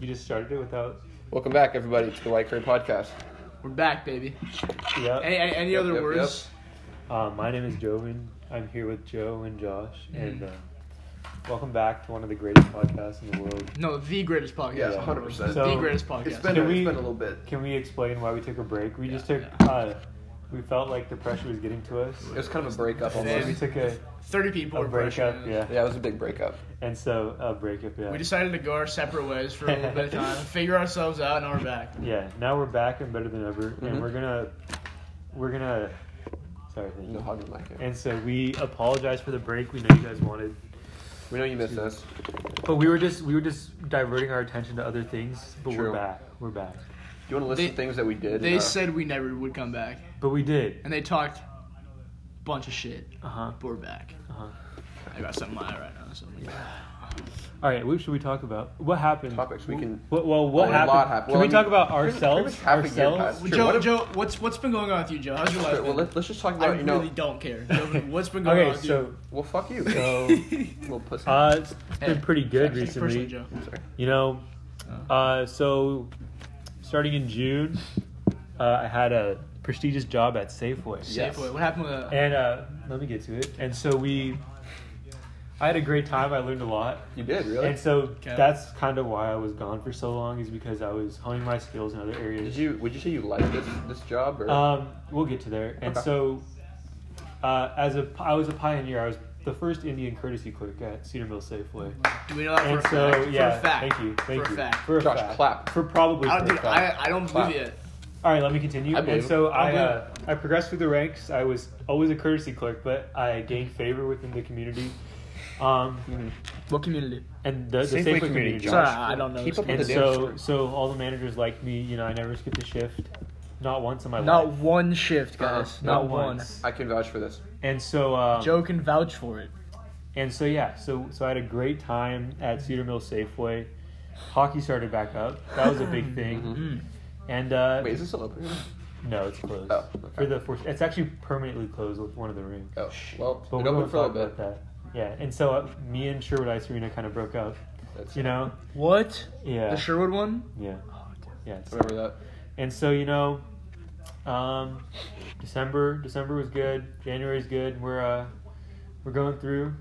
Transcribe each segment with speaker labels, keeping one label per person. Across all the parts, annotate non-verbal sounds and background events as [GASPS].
Speaker 1: You just started it without.
Speaker 2: Welcome back, everybody, to the White Curry Podcast.
Speaker 3: We're back, baby. Any
Speaker 1: Yeah.
Speaker 3: any, any
Speaker 2: Uh, Yep,
Speaker 3: other
Speaker 2: yep,
Speaker 3: words?
Speaker 1: Uh, my name is Jovan. I'm here with Joe and Josh, and
Speaker 3: Mm-hmm.
Speaker 1: uh, welcome back to one of the greatest podcasts in the world.
Speaker 3: No, the greatest podcast.
Speaker 2: Yeah,
Speaker 3: in the
Speaker 2: 100%.
Speaker 3: world.
Speaker 1: So,
Speaker 3: the greatest podcast.
Speaker 2: It's been,
Speaker 1: Can
Speaker 2: a,
Speaker 1: we-
Speaker 2: it's been a little bit.
Speaker 1: Can we explain why we took a break? We just
Speaker 3: Yeah,
Speaker 1: took. Uh, we felt like the pressure was getting to us.
Speaker 2: It was kind of a breakup
Speaker 1: So
Speaker 2: almost.
Speaker 1: we took a,
Speaker 3: Thirty people
Speaker 1: a
Speaker 3: were
Speaker 1: breakup,
Speaker 3: pressured.
Speaker 1: yeah.
Speaker 2: Yeah, it was a big breakup.
Speaker 1: And so a breakup, yeah.
Speaker 3: We decided to go our separate ways for a little
Speaker 2: [LAUGHS]
Speaker 3: bit of time, figure ourselves out, and now we're back.
Speaker 1: yeah. Now we're back and better than ever,
Speaker 2: Mhm.
Speaker 3: Mm-hmm.
Speaker 1: and we're gonna, we're gonna. Sorry. thank you.
Speaker 2: No hug in my hand.
Speaker 1: And so we apologize for the break. We know you guys wanted
Speaker 2: We know you missed us.
Speaker 1: But we were just we were just diverting our attention to other things. But
Speaker 2: True.
Speaker 1: we're back. We're back.
Speaker 2: Do you want to list
Speaker 3: They-
Speaker 2: the things that we did?
Speaker 3: They
Speaker 2: Uh,
Speaker 3: said we never would come back,
Speaker 1: But we did.
Speaker 3: and they talked bunch of shit.
Speaker 1: Uh huh.
Speaker 3: But we're back.
Speaker 1: Uh
Speaker 2: Uh-huh.
Speaker 1: huh.
Speaker 3: I got something in my eye right now. So
Speaker 1: All right. What should we talk about? What happened?
Speaker 2: Topics we can-
Speaker 1: What, well, what
Speaker 2: Oh, a
Speaker 1: happened?
Speaker 2: lot happened.
Speaker 1: Can
Speaker 2: Well,
Speaker 1: we
Speaker 2: I mean,
Speaker 1: talk about
Speaker 2: pretty- pretty
Speaker 1: ourselves?
Speaker 2: much half a year
Speaker 1: ourselves.
Speaker 2: passed. Sure,
Speaker 3: Joe,
Speaker 2: what if-
Speaker 3: Joe, what's what's been going on with you, Joe? How's your life?
Speaker 2: okay, well,
Speaker 3: been?
Speaker 2: let, us just talk
Speaker 3: I
Speaker 2: about, you
Speaker 3: really
Speaker 2: know.
Speaker 3: don't care. Joe, what's been going on
Speaker 1: Okay.
Speaker 3: with [LAUGHS]
Speaker 1: So
Speaker 2: Well, fuck you.
Speaker 1: so
Speaker 2: [LAUGHS] little pussy.
Speaker 1: uh, it's
Speaker 3: you?
Speaker 1: been pretty good
Speaker 3: Take it personally,
Speaker 1: recently.
Speaker 3: Joe. Uh-huh.
Speaker 2: Sorry.
Speaker 1: You know, uh, so starting in June, uh, I had a prestigious job at Safeway.
Speaker 2: Yes.
Speaker 3: Safeway. What happened with that?
Speaker 1: And uh, let me get to it. And so we, I had a great time. I learned a lot.
Speaker 2: You did, really?
Speaker 1: And so
Speaker 3: Okay.
Speaker 1: that's kind of why I was gone for so long is because I was honing my skills in other
Speaker 2: Did
Speaker 1: areas.
Speaker 2: you? Would you say you liked this this job or?
Speaker 1: Um, we'll get to there. And
Speaker 2: Okay.
Speaker 1: so, uh, as a I was a pioneer. I was the first Indian courtesy clerk at Cedar Mill Safeway.
Speaker 3: Do we know that
Speaker 1: And
Speaker 3: for,
Speaker 1: so
Speaker 3: a fact?
Speaker 1: yeah,
Speaker 3: for a fact?
Speaker 1: thank you, thank
Speaker 3: for
Speaker 1: you
Speaker 3: a fact.
Speaker 1: for a
Speaker 2: Josh,
Speaker 1: fact.
Speaker 2: clap.
Speaker 1: for probably.
Speaker 3: I
Speaker 1: for
Speaker 3: don't,
Speaker 1: a
Speaker 3: dude,
Speaker 1: fact.
Speaker 3: I, I don't
Speaker 2: Clap.
Speaker 3: believe it.
Speaker 1: All right, let me continue.
Speaker 2: I believe
Speaker 1: And
Speaker 2: it.
Speaker 1: so
Speaker 3: I
Speaker 1: I,
Speaker 3: believe
Speaker 1: uh, I progressed through the ranks. I was always a courtesy clerk, but I gained favor within the community. Um,
Speaker 3: What community?
Speaker 1: and the, the
Speaker 2: Safeway
Speaker 1: Safeway,
Speaker 2: community,
Speaker 1: community,
Speaker 2: Josh.
Speaker 3: Sorry, I don't know.
Speaker 2: Keep
Speaker 3: this
Speaker 2: up with
Speaker 1: And
Speaker 3: community.
Speaker 2: the
Speaker 1: so, so all the managers liked me. You know, I never skipped a shift, not once in my
Speaker 3: Not
Speaker 1: life.
Speaker 3: one shift,
Speaker 2: Uh-uh.
Speaker 3: guys. Not, one.
Speaker 2: I can vouch for this.
Speaker 1: And so, um,
Speaker 3: Joe can vouch for it.
Speaker 1: and so, yeah. So, so I had a great time at Cedar Mill Safeway. Hockey started back up. That was a big thing.
Speaker 3: Mm-hmm.
Speaker 1: And uh,
Speaker 2: Mm-hmm. Wait, is this still open?
Speaker 1: no, it's closed
Speaker 2: Oh, okay.
Speaker 1: for the four. It's actually permanently closed with one of the rooms.
Speaker 2: Oh, well,
Speaker 1: But
Speaker 2: it
Speaker 1: we
Speaker 2: opened
Speaker 1: won't
Speaker 2: for a
Speaker 1: talk
Speaker 2: little
Speaker 1: about
Speaker 2: bit.
Speaker 1: that. Yeah, and so uh, me and Sherwood Ice Arena kind of broke up.
Speaker 2: That's,
Speaker 1: You know?
Speaker 3: What?
Speaker 1: Yeah.
Speaker 3: The Oh, Sherwood one?
Speaker 1: Yeah. Yeah. it's-
Speaker 2: remember that.
Speaker 1: And so you know, um, December December was good. January is good. We're uh, we're going through,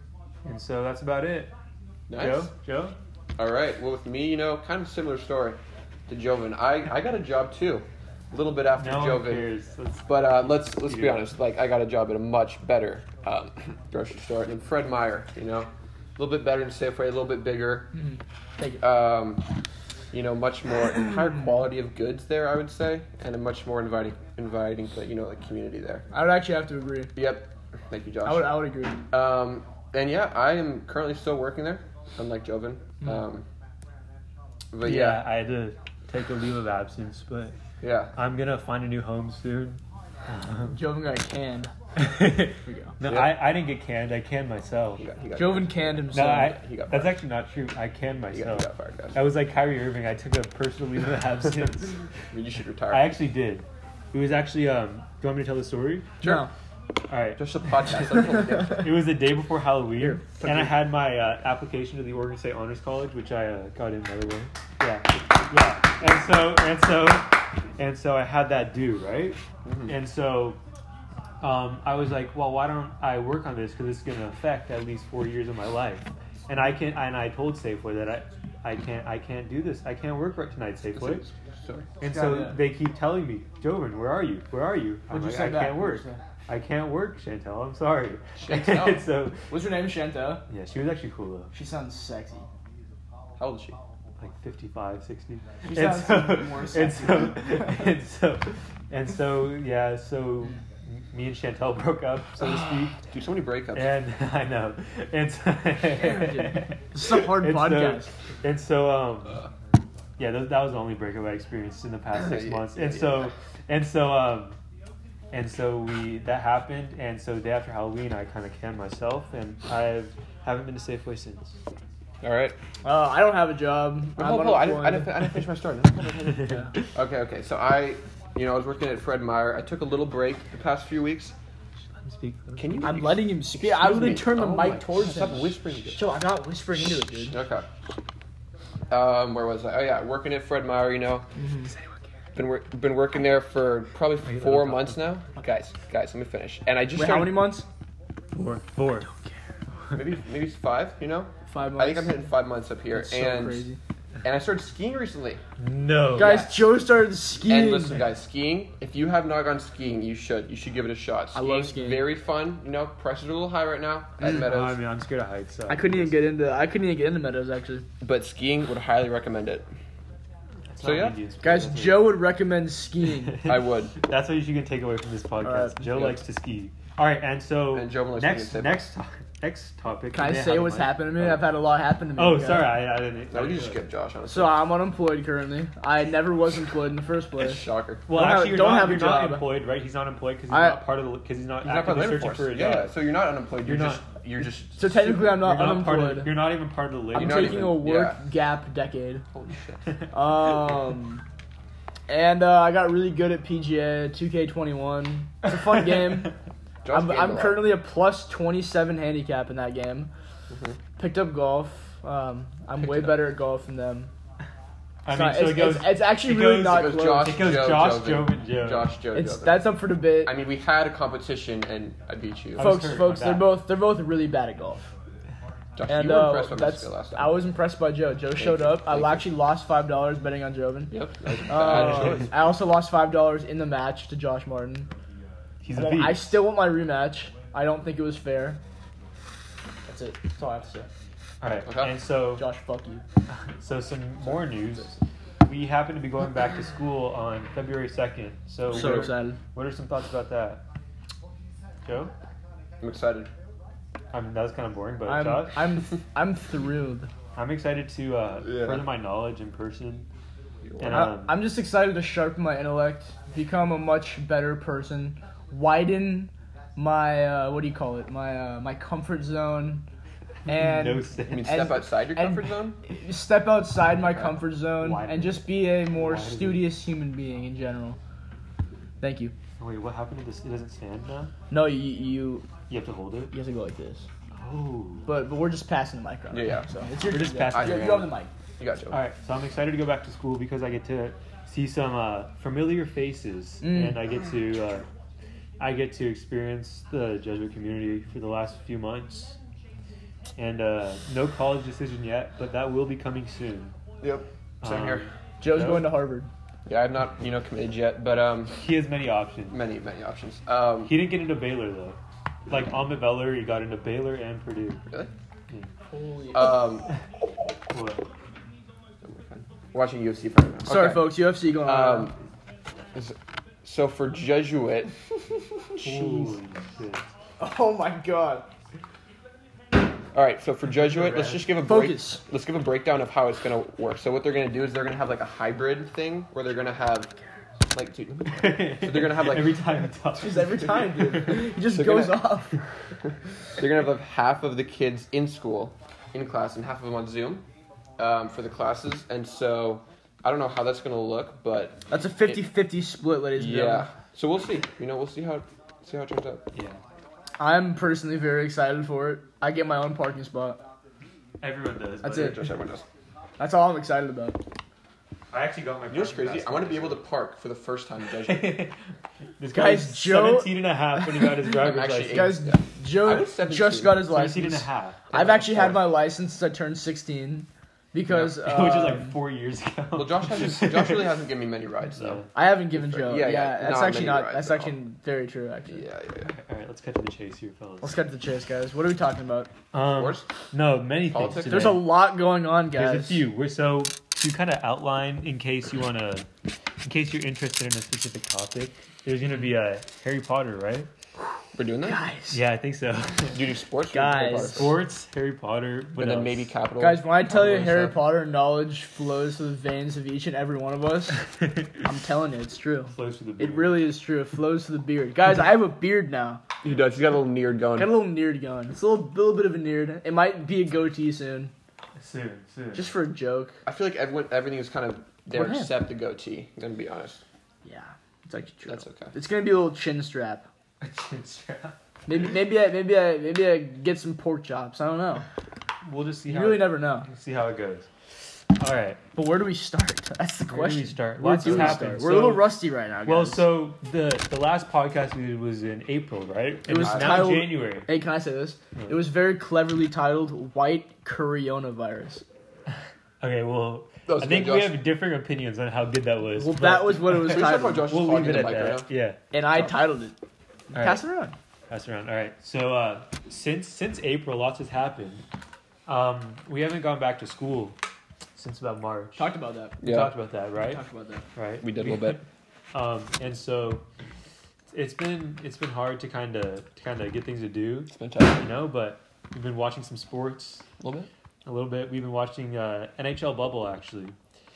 Speaker 1: and so that's about it.
Speaker 2: Nice.
Speaker 1: Joe, Joe,
Speaker 2: All right. Well, with me, you know, kind of similar story to Jovan. I, I got a job too, a little bit after
Speaker 1: no one
Speaker 2: Jovan.
Speaker 1: cares. Let's-
Speaker 2: But uh, let's let's be
Speaker 1: Yeah.
Speaker 2: honest. Like I got a job at a much better um, [COUGHS] grocery store than Fred Meyer. You know, a little bit better than Safeway, a little bit bigger.
Speaker 3: Take it.
Speaker 2: Um, you know, much more [COUGHS] higher quality of goods there, I would say, and a much more inviting inviting you know like community there.
Speaker 3: I would actually have to agree.
Speaker 2: Yep. Thank you, Josh.
Speaker 3: I would, I would agree.
Speaker 2: Um, and yeah, I am currently still working there, unlike Jovan. Um, but
Speaker 1: Hmm. yeah,
Speaker 2: yeah,
Speaker 1: I had to take a leave of absence, but
Speaker 2: yeah.
Speaker 1: I'm gonna find a new home soon. Um,
Speaker 3: Jovan got canned. we go.
Speaker 1: [LAUGHS] no,
Speaker 2: Yeah.
Speaker 1: I, I didn't get canned. I canned myself.
Speaker 2: He got, he got,
Speaker 3: Jovan canned
Speaker 1: No,
Speaker 3: himself.
Speaker 1: I,
Speaker 2: he got
Speaker 1: that's
Speaker 2: fired.
Speaker 1: actually not true. I canned
Speaker 2: he got,
Speaker 1: myself.
Speaker 2: he got fired, guys.
Speaker 1: I was like Kyrie Irving. I took a personal leave
Speaker 2: [LAUGHS]
Speaker 1: of absence.
Speaker 2: I mean, you should retire.
Speaker 1: I actually did. It was actually. Um, do you want me to tell the story?
Speaker 3: No.
Speaker 1: All right.
Speaker 2: Just a podcast.
Speaker 3: [LAUGHS]
Speaker 2: That's what we do.
Speaker 1: It was the day before Halloween,
Speaker 2: put
Speaker 1: and I
Speaker 2: your-
Speaker 1: had my uh, application to the Oregon State Honors College, which I uh, got in by the way. Yeah, yeah. And so and so and so I had that due right, and so um, I was like, well, why don't I work on this because it's going to affect at least four years of my life, and I can and I told Safeway that I. I can't. I can't do this. I can't work right tonight, [LAUGHS] Safeway.
Speaker 2: Sorry.
Speaker 1: And
Speaker 3: Yeah,
Speaker 1: so
Speaker 3: yeah.
Speaker 1: they keep telling me, Jovan, where are you? Where are you? I'm
Speaker 3: What'd you
Speaker 1: like,
Speaker 3: say
Speaker 1: I
Speaker 3: back?
Speaker 1: can't work.
Speaker 3: What'd you say?
Speaker 1: I can't work, Chantel. I'm sorry.
Speaker 2: Chantel?
Speaker 1: [LAUGHS] And so
Speaker 3: What's her name, Shanta?
Speaker 1: yeah, she was actually cool though.
Speaker 3: She sounds sexy.
Speaker 2: How old is she?
Speaker 1: Like 55, 60.
Speaker 3: She
Speaker 1: and,
Speaker 3: sounds
Speaker 1: so,
Speaker 3: more
Speaker 1: [LAUGHS] and
Speaker 3: sexy.
Speaker 1: so and so and so
Speaker 3: [LAUGHS]
Speaker 1: yeah, so me and Chantel [LAUGHS] broke up, so to
Speaker 3: [GASPS]
Speaker 1: speak. [LAUGHS]
Speaker 2: Dude, so many breakups.
Speaker 1: And [LAUGHS] I know. And so,
Speaker 3: dude. This is
Speaker 1: [LAUGHS]
Speaker 3: a hard
Speaker 1: and so-
Speaker 3: podcast.
Speaker 1: and so um
Speaker 2: Uh.
Speaker 1: yeah, that, that was the only breakup I experienced in the past six
Speaker 2: [LAUGHS] Yeah,
Speaker 1: months. And
Speaker 2: yeah.
Speaker 1: so, and so, um, and so we that happened. And so, the day after Halloween, I kind of canned myself, and I haven't been to Safeway since.
Speaker 2: All right.
Speaker 3: Uh, I don't have a job. I'm
Speaker 2: Hold, hold, hold. I, didn't, I, didn't, I
Speaker 3: unemployed.
Speaker 2: didn't finish my story.
Speaker 3: Yeah.
Speaker 2: okay, okay. So I, you know, I was working at Fred Meyer. I took a little break the past few weeks.
Speaker 1: Speak.
Speaker 2: Can you?
Speaker 3: I'm letting him speak. I
Speaker 2: Excuse
Speaker 3: literally
Speaker 2: me.
Speaker 3: turned the
Speaker 2: Oh my-
Speaker 3: mic towards
Speaker 2: Stop
Speaker 3: him.
Speaker 2: whispering.
Speaker 3: Joe, I'm not whispering into it, dude.
Speaker 2: Okay. um, where was I? Oh yeah, working at Fred Meyer. You know, been wor- been working there for probably four months now. Guys, guys, let me finish. And I just
Speaker 4: Wait, how
Speaker 2: started,
Speaker 4: many months?
Speaker 1: Four. Four.
Speaker 2: Maybe maybe it's five. You know,
Speaker 4: Five months.
Speaker 2: I think I'm hitting five months up here,
Speaker 4: That's so
Speaker 2: and
Speaker 4: crazy.
Speaker 2: and I started skiing recently.
Speaker 1: No.
Speaker 4: Guys,
Speaker 2: yes.
Speaker 4: Joe started skiing.
Speaker 2: And listen, guys, skiing. If you have not gone skiing, you should. You should give it a shot.
Speaker 4: I love skiing.
Speaker 2: Very fun. You know, prices are a little high right now at
Speaker 1: Oh, I
Speaker 2: Meadows,
Speaker 1: mean, I'm scared of heights. So
Speaker 4: I couldn't even get into. I couldn't even get into Meadows actually.
Speaker 2: but skiing would highly recommend it.
Speaker 1: It's
Speaker 2: so,
Speaker 1: not
Speaker 2: yeah.
Speaker 1: Indians, but
Speaker 4: Guys,
Speaker 2: Mm-hmm.
Speaker 1: that's [LAUGHS] what-
Speaker 4: Joe would
Speaker 2: [LAUGHS]
Speaker 4: recommend skiing.
Speaker 2: I would.
Speaker 1: That's what you can take away from this podcast.
Speaker 4: Alright,
Speaker 1: Joe
Speaker 2: yeah.
Speaker 1: likes to ski. All right, and so
Speaker 2: And Joe likes to
Speaker 1: next
Speaker 2: get table.
Speaker 1: next to- [LAUGHS] next topic.
Speaker 4: Can I
Speaker 1: Yeah,
Speaker 4: say
Speaker 1: how
Speaker 4: what's
Speaker 1: much-
Speaker 4: happened to me? I've had a lot happen to me.
Speaker 1: Oh,
Speaker 4: yeah.
Speaker 1: sorry, I, I didn't.
Speaker 2: No,
Speaker 1: I
Speaker 2: we
Speaker 1: didn't
Speaker 2: can just
Speaker 1: know.
Speaker 2: skip Josh. Honestly.
Speaker 4: So I'm unemployed currently. I never was employed in the first place.
Speaker 2: shocker.
Speaker 1: Well,
Speaker 4: Don't have-
Speaker 1: actually, you're
Speaker 4: don't
Speaker 1: not,
Speaker 4: have a
Speaker 1: you're not
Speaker 4: job.
Speaker 1: employed, right? He's not employed because he's
Speaker 4: I-
Speaker 1: not part of the because he's not
Speaker 2: You're not part
Speaker 1: actively
Speaker 2: of the labor
Speaker 1: searching
Speaker 2: force.
Speaker 1: for a
Speaker 2: Yeah,
Speaker 1: job.
Speaker 2: so you're not unemployed. You're,
Speaker 1: You're
Speaker 2: just you're just.
Speaker 4: So technically, I'm not
Speaker 1: you're not part
Speaker 4: unemployed.
Speaker 1: of. You're not even part of the labor.
Speaker 4: I'm
Speaker 2: not
Speaker 4: taking
Speaker 2: even-
Speaker 4: a work
Speaker 2: yeah.
Speaker 4: gap decade.
Speaker 2: [LAUGHS] Holy shit.
Speaker 1: [LAUGHS]
Speaker 4: Um, and uh, I got really good at PGA 2K21. It's
Speaker 1: [LAUGHS]
Speaker 4: a fun game.
Speaker 2: Josh
Speaker 4: I'm,
Speaker 2: gained a
Speaker 4: I'm
Speaker 2: lot.
Speaker 4: currently a plus 27 handicap in that game.
Speaker 2: Mhm.
Speaker 4: Picked up golf. Um, I'm
Speaker 2: Picked
Speaker 4: way
Speaker 2: it up.
Speaker 4: better at golf than them.
Speaker 1: I
Speaker 4: It's
Speaker 1: mean,
Speaker 4: not-
Speaker 1: so
Speaker 4: it's,
Speaker 1: it goes.
Speaker 4: it's, it's actually
Speaker 1: it
Speaker 4: really
Speaker 1: goes-
Speaker 4: not
Speaker 2: It was
Speaker 4: close.
Speaker 2: Josh,
Speaker 1: It goes
Speaker 2: Joe,
Speaker 1: Josh,
Speaker 2: Jovan.
Speaker 1: Joe, and Joe.
Speaker 2: Josh, Joe,
Speaker 4: It's
Speaker 2: Jovan.
Speaker 4: that's up for debate.
Speaker 2: I mean, we had a competition and I beat you.
Speaker 1: I was
Speaker 4: folks,
Speaker 1: hurt,
Speaker 4: folks,
Speaker 1: my
Speaker 4: they're
Speaker 1: bad.
Speaker 4: both they're both really bad at golf.
Speaker 2: Josh,
Speaker 4: And
Speaker 2: you were
Speaker 4: uh,
Speaker 2: impressed by my
Speaker 4: that's
Speaker 2: skill last time.
Speaker 4: I was impressed by Joe. Joe showed
Speaker 2: you.
Speaker 4: up. I
Speaker 2: Thank you.
Speaker 4: actually lost five dollars betting on Jovan. [LAUGHS]
Speaker 2: Yep. That was a bad
Speaker 4: Uh, [LAUGHS]
Speaker 2: choice.
Speaker 4: I also lost five dollars in the match to Josh Martin.
Speaker 1: He's
Speaker 4: I
Speaker 1: a
Speaker 4: want- I
Speaker 1: beast.
Speaker 4: still want my rematch. I don't think it was fair. That's it. That's all I have to say.
Speaker 1: All right,
Speaker 2: Okay.
Speaker 1: and so
Speaker 4: Josh, fuck you.
Speaker 1: So some more news. We happen to be going back to school on February second. So,
Speaker 4: So
Speaker 1: what, are,
Speaker 4: excited.
Speaker 1: what are some thoughts about that, Joe?
Speaker 2: I'm excited.
Speaker 1: I mean, that was kind of boring, but
Speaker 4: I'm
Speaker 1: Josh, I'm,
Speaker 4: I'm
Speaker 1: [LAUGHS]
Speaker 4: I'm thrilled.
Speaker 1: excited to uh,
Speaker 2: Yeah.
Speaker 1: further my knowledge in person. And
Speaker 4: I,
Speaker 1: um,
Speaker 4: I'm just excited to sharpen my intellect, become a much better person, widen my uh, what do you call it? My uh, my
Speaker 1: [LAUGHS]
Speaker 4: comfort zone, and
Speaker 1: no
Speaker 2: I mean,
Speaker 1: sense. Uh,
Speaker 2: step
Speaker 4: And-
Speaker 2: outside your
Speaker 4: and-
Speaker 2: comfort zone.
Speaker 4: step outside my comfort zone
Speaker 1: Widen.
Speaker 4: and just be a more
Speaker 1: Widen.
Speaker 4: studious human being in general. Thank you.
Speaker 1: [LAUGHS] Wait, what happened to this? It doesn't stand now.
Speaker 4: No, you you
Speaker 1: You have to hold it.
Speaker 4: you have to go like this.
Speaker 1: Oh.
Speaker 4: But but we're just passing the mic around.
Speaker 2: Yeah, yeah.
Speaker 4: So it's your
Speaker 1: We're just
Speaker 4: turn,
Speaker 1: passing
Speaker 4: Zach.
Speaker 2: it
Speaker 4: You, you
Speaker 2: around.
Speaker 4: have the mic.
Speaker 2: You got Joe.
Speaker 1: All right, so I'm excited to go back to school because I get to see some uh, familiar faces,
Speaker 4: Mm.
Speaker 1: and I get to uh, I get to experience the Jesuit community for the last few months. And uh, no college decision yet, but that will be coming soon.
Speaker 2: Yep. Same
Speaker 4: Uh,
Speaker 1: Um,
Speaker 2: here.
Speaker 4: Joe's
Speaker 1: Joe?
Speaker 4: going to Harvard.
Speaker 2: Yeah, I've not you know committed yet, but um,
Speaker 1: He has many options.
Speaker 2: many many options. Um,
Speaker 1: He didn't get into Baylor though. Like Ahmed Veller, he got into Baylor and Purdue.
Speaker 2: really?
Speaker 4: Holy.
Speaker 1: Oh,
Speaker 2: Um,
Speaker 1: What?
Speaker 2: watching UFC for now.
Speaker 4: Sorry,
Speaker 2: Okay.
Speaker 4: folks. UFC going on.
Speaker 2: Um, is- so for Jesuit,
Speaker 1: Holy shit.
Speaker 4: [LAUGHS] oh my god.
Speaker 2: all right. So for Jesuit, let's just give a break,
Speaker 4: Focus.
Speaker 2: Let's give a breakdown of how it's gonna work. So what they're gonna do is they're gonna have like a hybrid thing where they're gonna have like dude, let me-
Speaker 1: so
Speaker 2: they're gonna have, like-
Speaker 1: every time it talks.
Speaker 4: Just every time,
Speaker 2: [LAUGHS]
Speaker 4: dude. He just
Speaker 2: They're
Speaker 4: goes
Speaker 2: gonna-
Speaker 4: off.
Speaker 2: They're gonna have like, half of the kids in school, in class, and half of them on Zoom um, for the classes. And so I don't know how that's gonna look, but
Speaker 4: That's a 50-50 split, ladies and
Speaker 2: yeah.
Speaker 4: gentlemen.
Speaker 2: So we'll see. You know, we'll see how see how it turns out.
Speaker 1: [LAUGHS] Yeah.
Speaker 4: I'm personally very excited for it. I get my own parking spot.
Speaker 1: Everyone does.
Speaker 4: That's
Speaker 1: but
Speaker 4: it.
Speaker 2: Josh, everyone does.
Speaker 4: That's all I'm excited about.
Speaker 1: I actually got my.
Speaker 2: You know what's
Speaker 1: parking
Speaker 2: crazy?
Speaker 1: pass
Speaker 2: I want to
Speaker 1: last
Speaker 2: be able to park for the first time in
Speaker 4: [LAUGHS]
Speaker 2: Jesuit.
Speaker 1: [LAUGHS] this
Speaker 4: Guys,
Speaker 1: guy's
Speaker 4: Joe-
Speaker 1: 17 and a half when he got his driver's
Speaker 2: I'm
Speaker 1: license.
Speaker 2: actually
Speaker 4: Guys,
Speaker 2: Yeah. I
Speaker 4: Joe
Speaker 2: was 17.
Speaker 4: just got his
Speaker 1: 17 and a
Speaker 4: license.
Speaker 1: half.
Speaker 4: I've actually had my license since I turned 16
Speaker 1: [LAUGHS]
Speaker 4: because
Speaker 1: Which is
Speaker 4: um,
Speaker 1: like four years ago.
Speaker 2: Uh, Well, Josh
Speaker 1: [LAUGHS]
Speaker 2: hasn't, Josh really hasn't given me many rides though.
Speaker 4: I haven't given Joe.
Speaker 2: Yeah,
Speaker 4: Yeah,
Speaker 2: yeah,
Speaker 4: that's
Speaker 2: not many
Speaker 4: actually not.
Speaker 2: rides at
Speaker 4: That's
Speaker 2: all.
Speaker 4: actually very true. Actually,
Speaker 2: Yeah, yeah. yeah.
Speaker 1: All right, let's cut to the chase here, fellas.
Speaker 4: let's cut to the chase, guys. What are we talking about?
Speaker 1: Um,
Speaker 2: Sports?
Speaker 1: No, many
Speaker 2: Politics?
Speaker 1: things. Today.
Speaker 4: There's a lot going on, guys.
Speaker 1: There's a few. We're so to kind of outline in case you want to, in case you're interested in a specific topic. There's gonna be a Harry Potter, right?
Speaker 2: We're doing that.
Speaker 4: guys.
Speaker 1: Yeah, I think so.
Speaker 2: Do you do sports? or
Speaker 4: Guys.
Speaker 2: do you play cards?
Speaker 1: Sports, Harry Potter, what
Speaker 2: and then
Speaker 1: else?
Speaker 2: maybe capital.
Speaker 4: Guys, when I tell you
Speaker 2: Capital
Speaker 4: Harry
Speaker 2: stuff.
Speaker 4: Potter knowledge flows through the veins of each and every one
Speaker 1: [LAUGHS]
Speaker 4: of us, I'm telling you, it's true.
Speaker 1: Flows through the
Speaker 4: It
Speaker 1: beard.
Speaker 4: really is true. It flows to the beard. Guys, I have a beard now.
Speaker 2: He does. He's got a little neared
Speaker 4: I
Speaker 2: going.
Speaker 4: got a little neared going. It's a little, little bit of a neared. It might be a goatee soon.
Speaker 1: soon, soon. [LAUGHS]
Speaker 4: Just for a joke.
Speaker 2: I feel like everyone, everything is kind of there
Speaker 4: What happened?
Speaker 2: except the goatee. I'm gonna be honest.
Speaker 4: Yeah. It's actually true.
Speaker 2: That's okay.
Speaker 4: It's gonna be a little chin strap. Maybe maybe I maybe I maybe I get some pork chops. I don't know.
Speaker 1: we'll just see
Speaker 4: You
Speaker 1: how
Speaker 4: really
Speaker 1: it-
Speaker 4: never know.
Speaker 1: see how it goes. All right.
Speaker 3: But where do we
Speaker 4: [LAUGHS]
Speaker 3: start? That's the
Speaker 1: Where do
Speaker 3: question.
Speaker 1: we start?
Speaker 3: Where
Speaker 1: Lots
Speaker 3: do
Speaker 1: has
Speaker 3: we
Speaker 1: happened.
Speaker 3: start? We're a little
Speaker 1: So-
Speaker 3: rusty right now. Guys.
Speaker 1: Well, so the the last podcast we did was in April, right?
Speaker 3: It
Speaker 1: And
Speaker 3: was
Speaker 1: now
Speaker 3: titled-
Speaker 1: January.
Speaker 3: hey, can I say this?
Speaker 4: It was very cleverly titled "White Coronavirus."
Speaker 1: Okay, well,
Speaker 2: That was
Speaker 1: I think
Speaker 2: good,
Speaker 1: we
Speaker 2: Josh.
Speaker 1: have different opinions on how good that was.
Speaker 4: Well,
Speaker 1: but
Speaker 4: that was what it was
Speaker 2: Pretty sure
Speaker 4: titled,
Speaker 2: Josh is
Speaker 1: We'll
Speaker 2: talking
Speaker 1: leave
Speaker 2: to
Speaker 1: it
Speaker 2: the
Speaker 1: at
Speaker 2: mic right
Speaker 1: that.
Speaker 2: now.
Speaker 1: yeah.
Speaker 4: and I titled it.
Speaker 1: All right.
Speaker 4: Pass it around.
Speaker 1: Pass around. All right. So uh, since since April, lots has happened. Um, we haven't gone back to school since about March.
Speaker 4: Talked about that.
Speaker 1: we talked about that, right?
Speaker 4: Talked about that.
Speaker 1: Right.
Speaker 2: We did a little
Speaker 1: [LAUGHS]
Speaker 2: bit.
Speaker 1: Um, and so it's been it's been hard to kind of to kind of get things to do,
Speaker 2: It's been tough.
Speaker 1: you know. But we've been watching some sports
Speaker 2: A little bit.
Speaker 1: a little bit. We've been watching uh, NHL Bubble actually.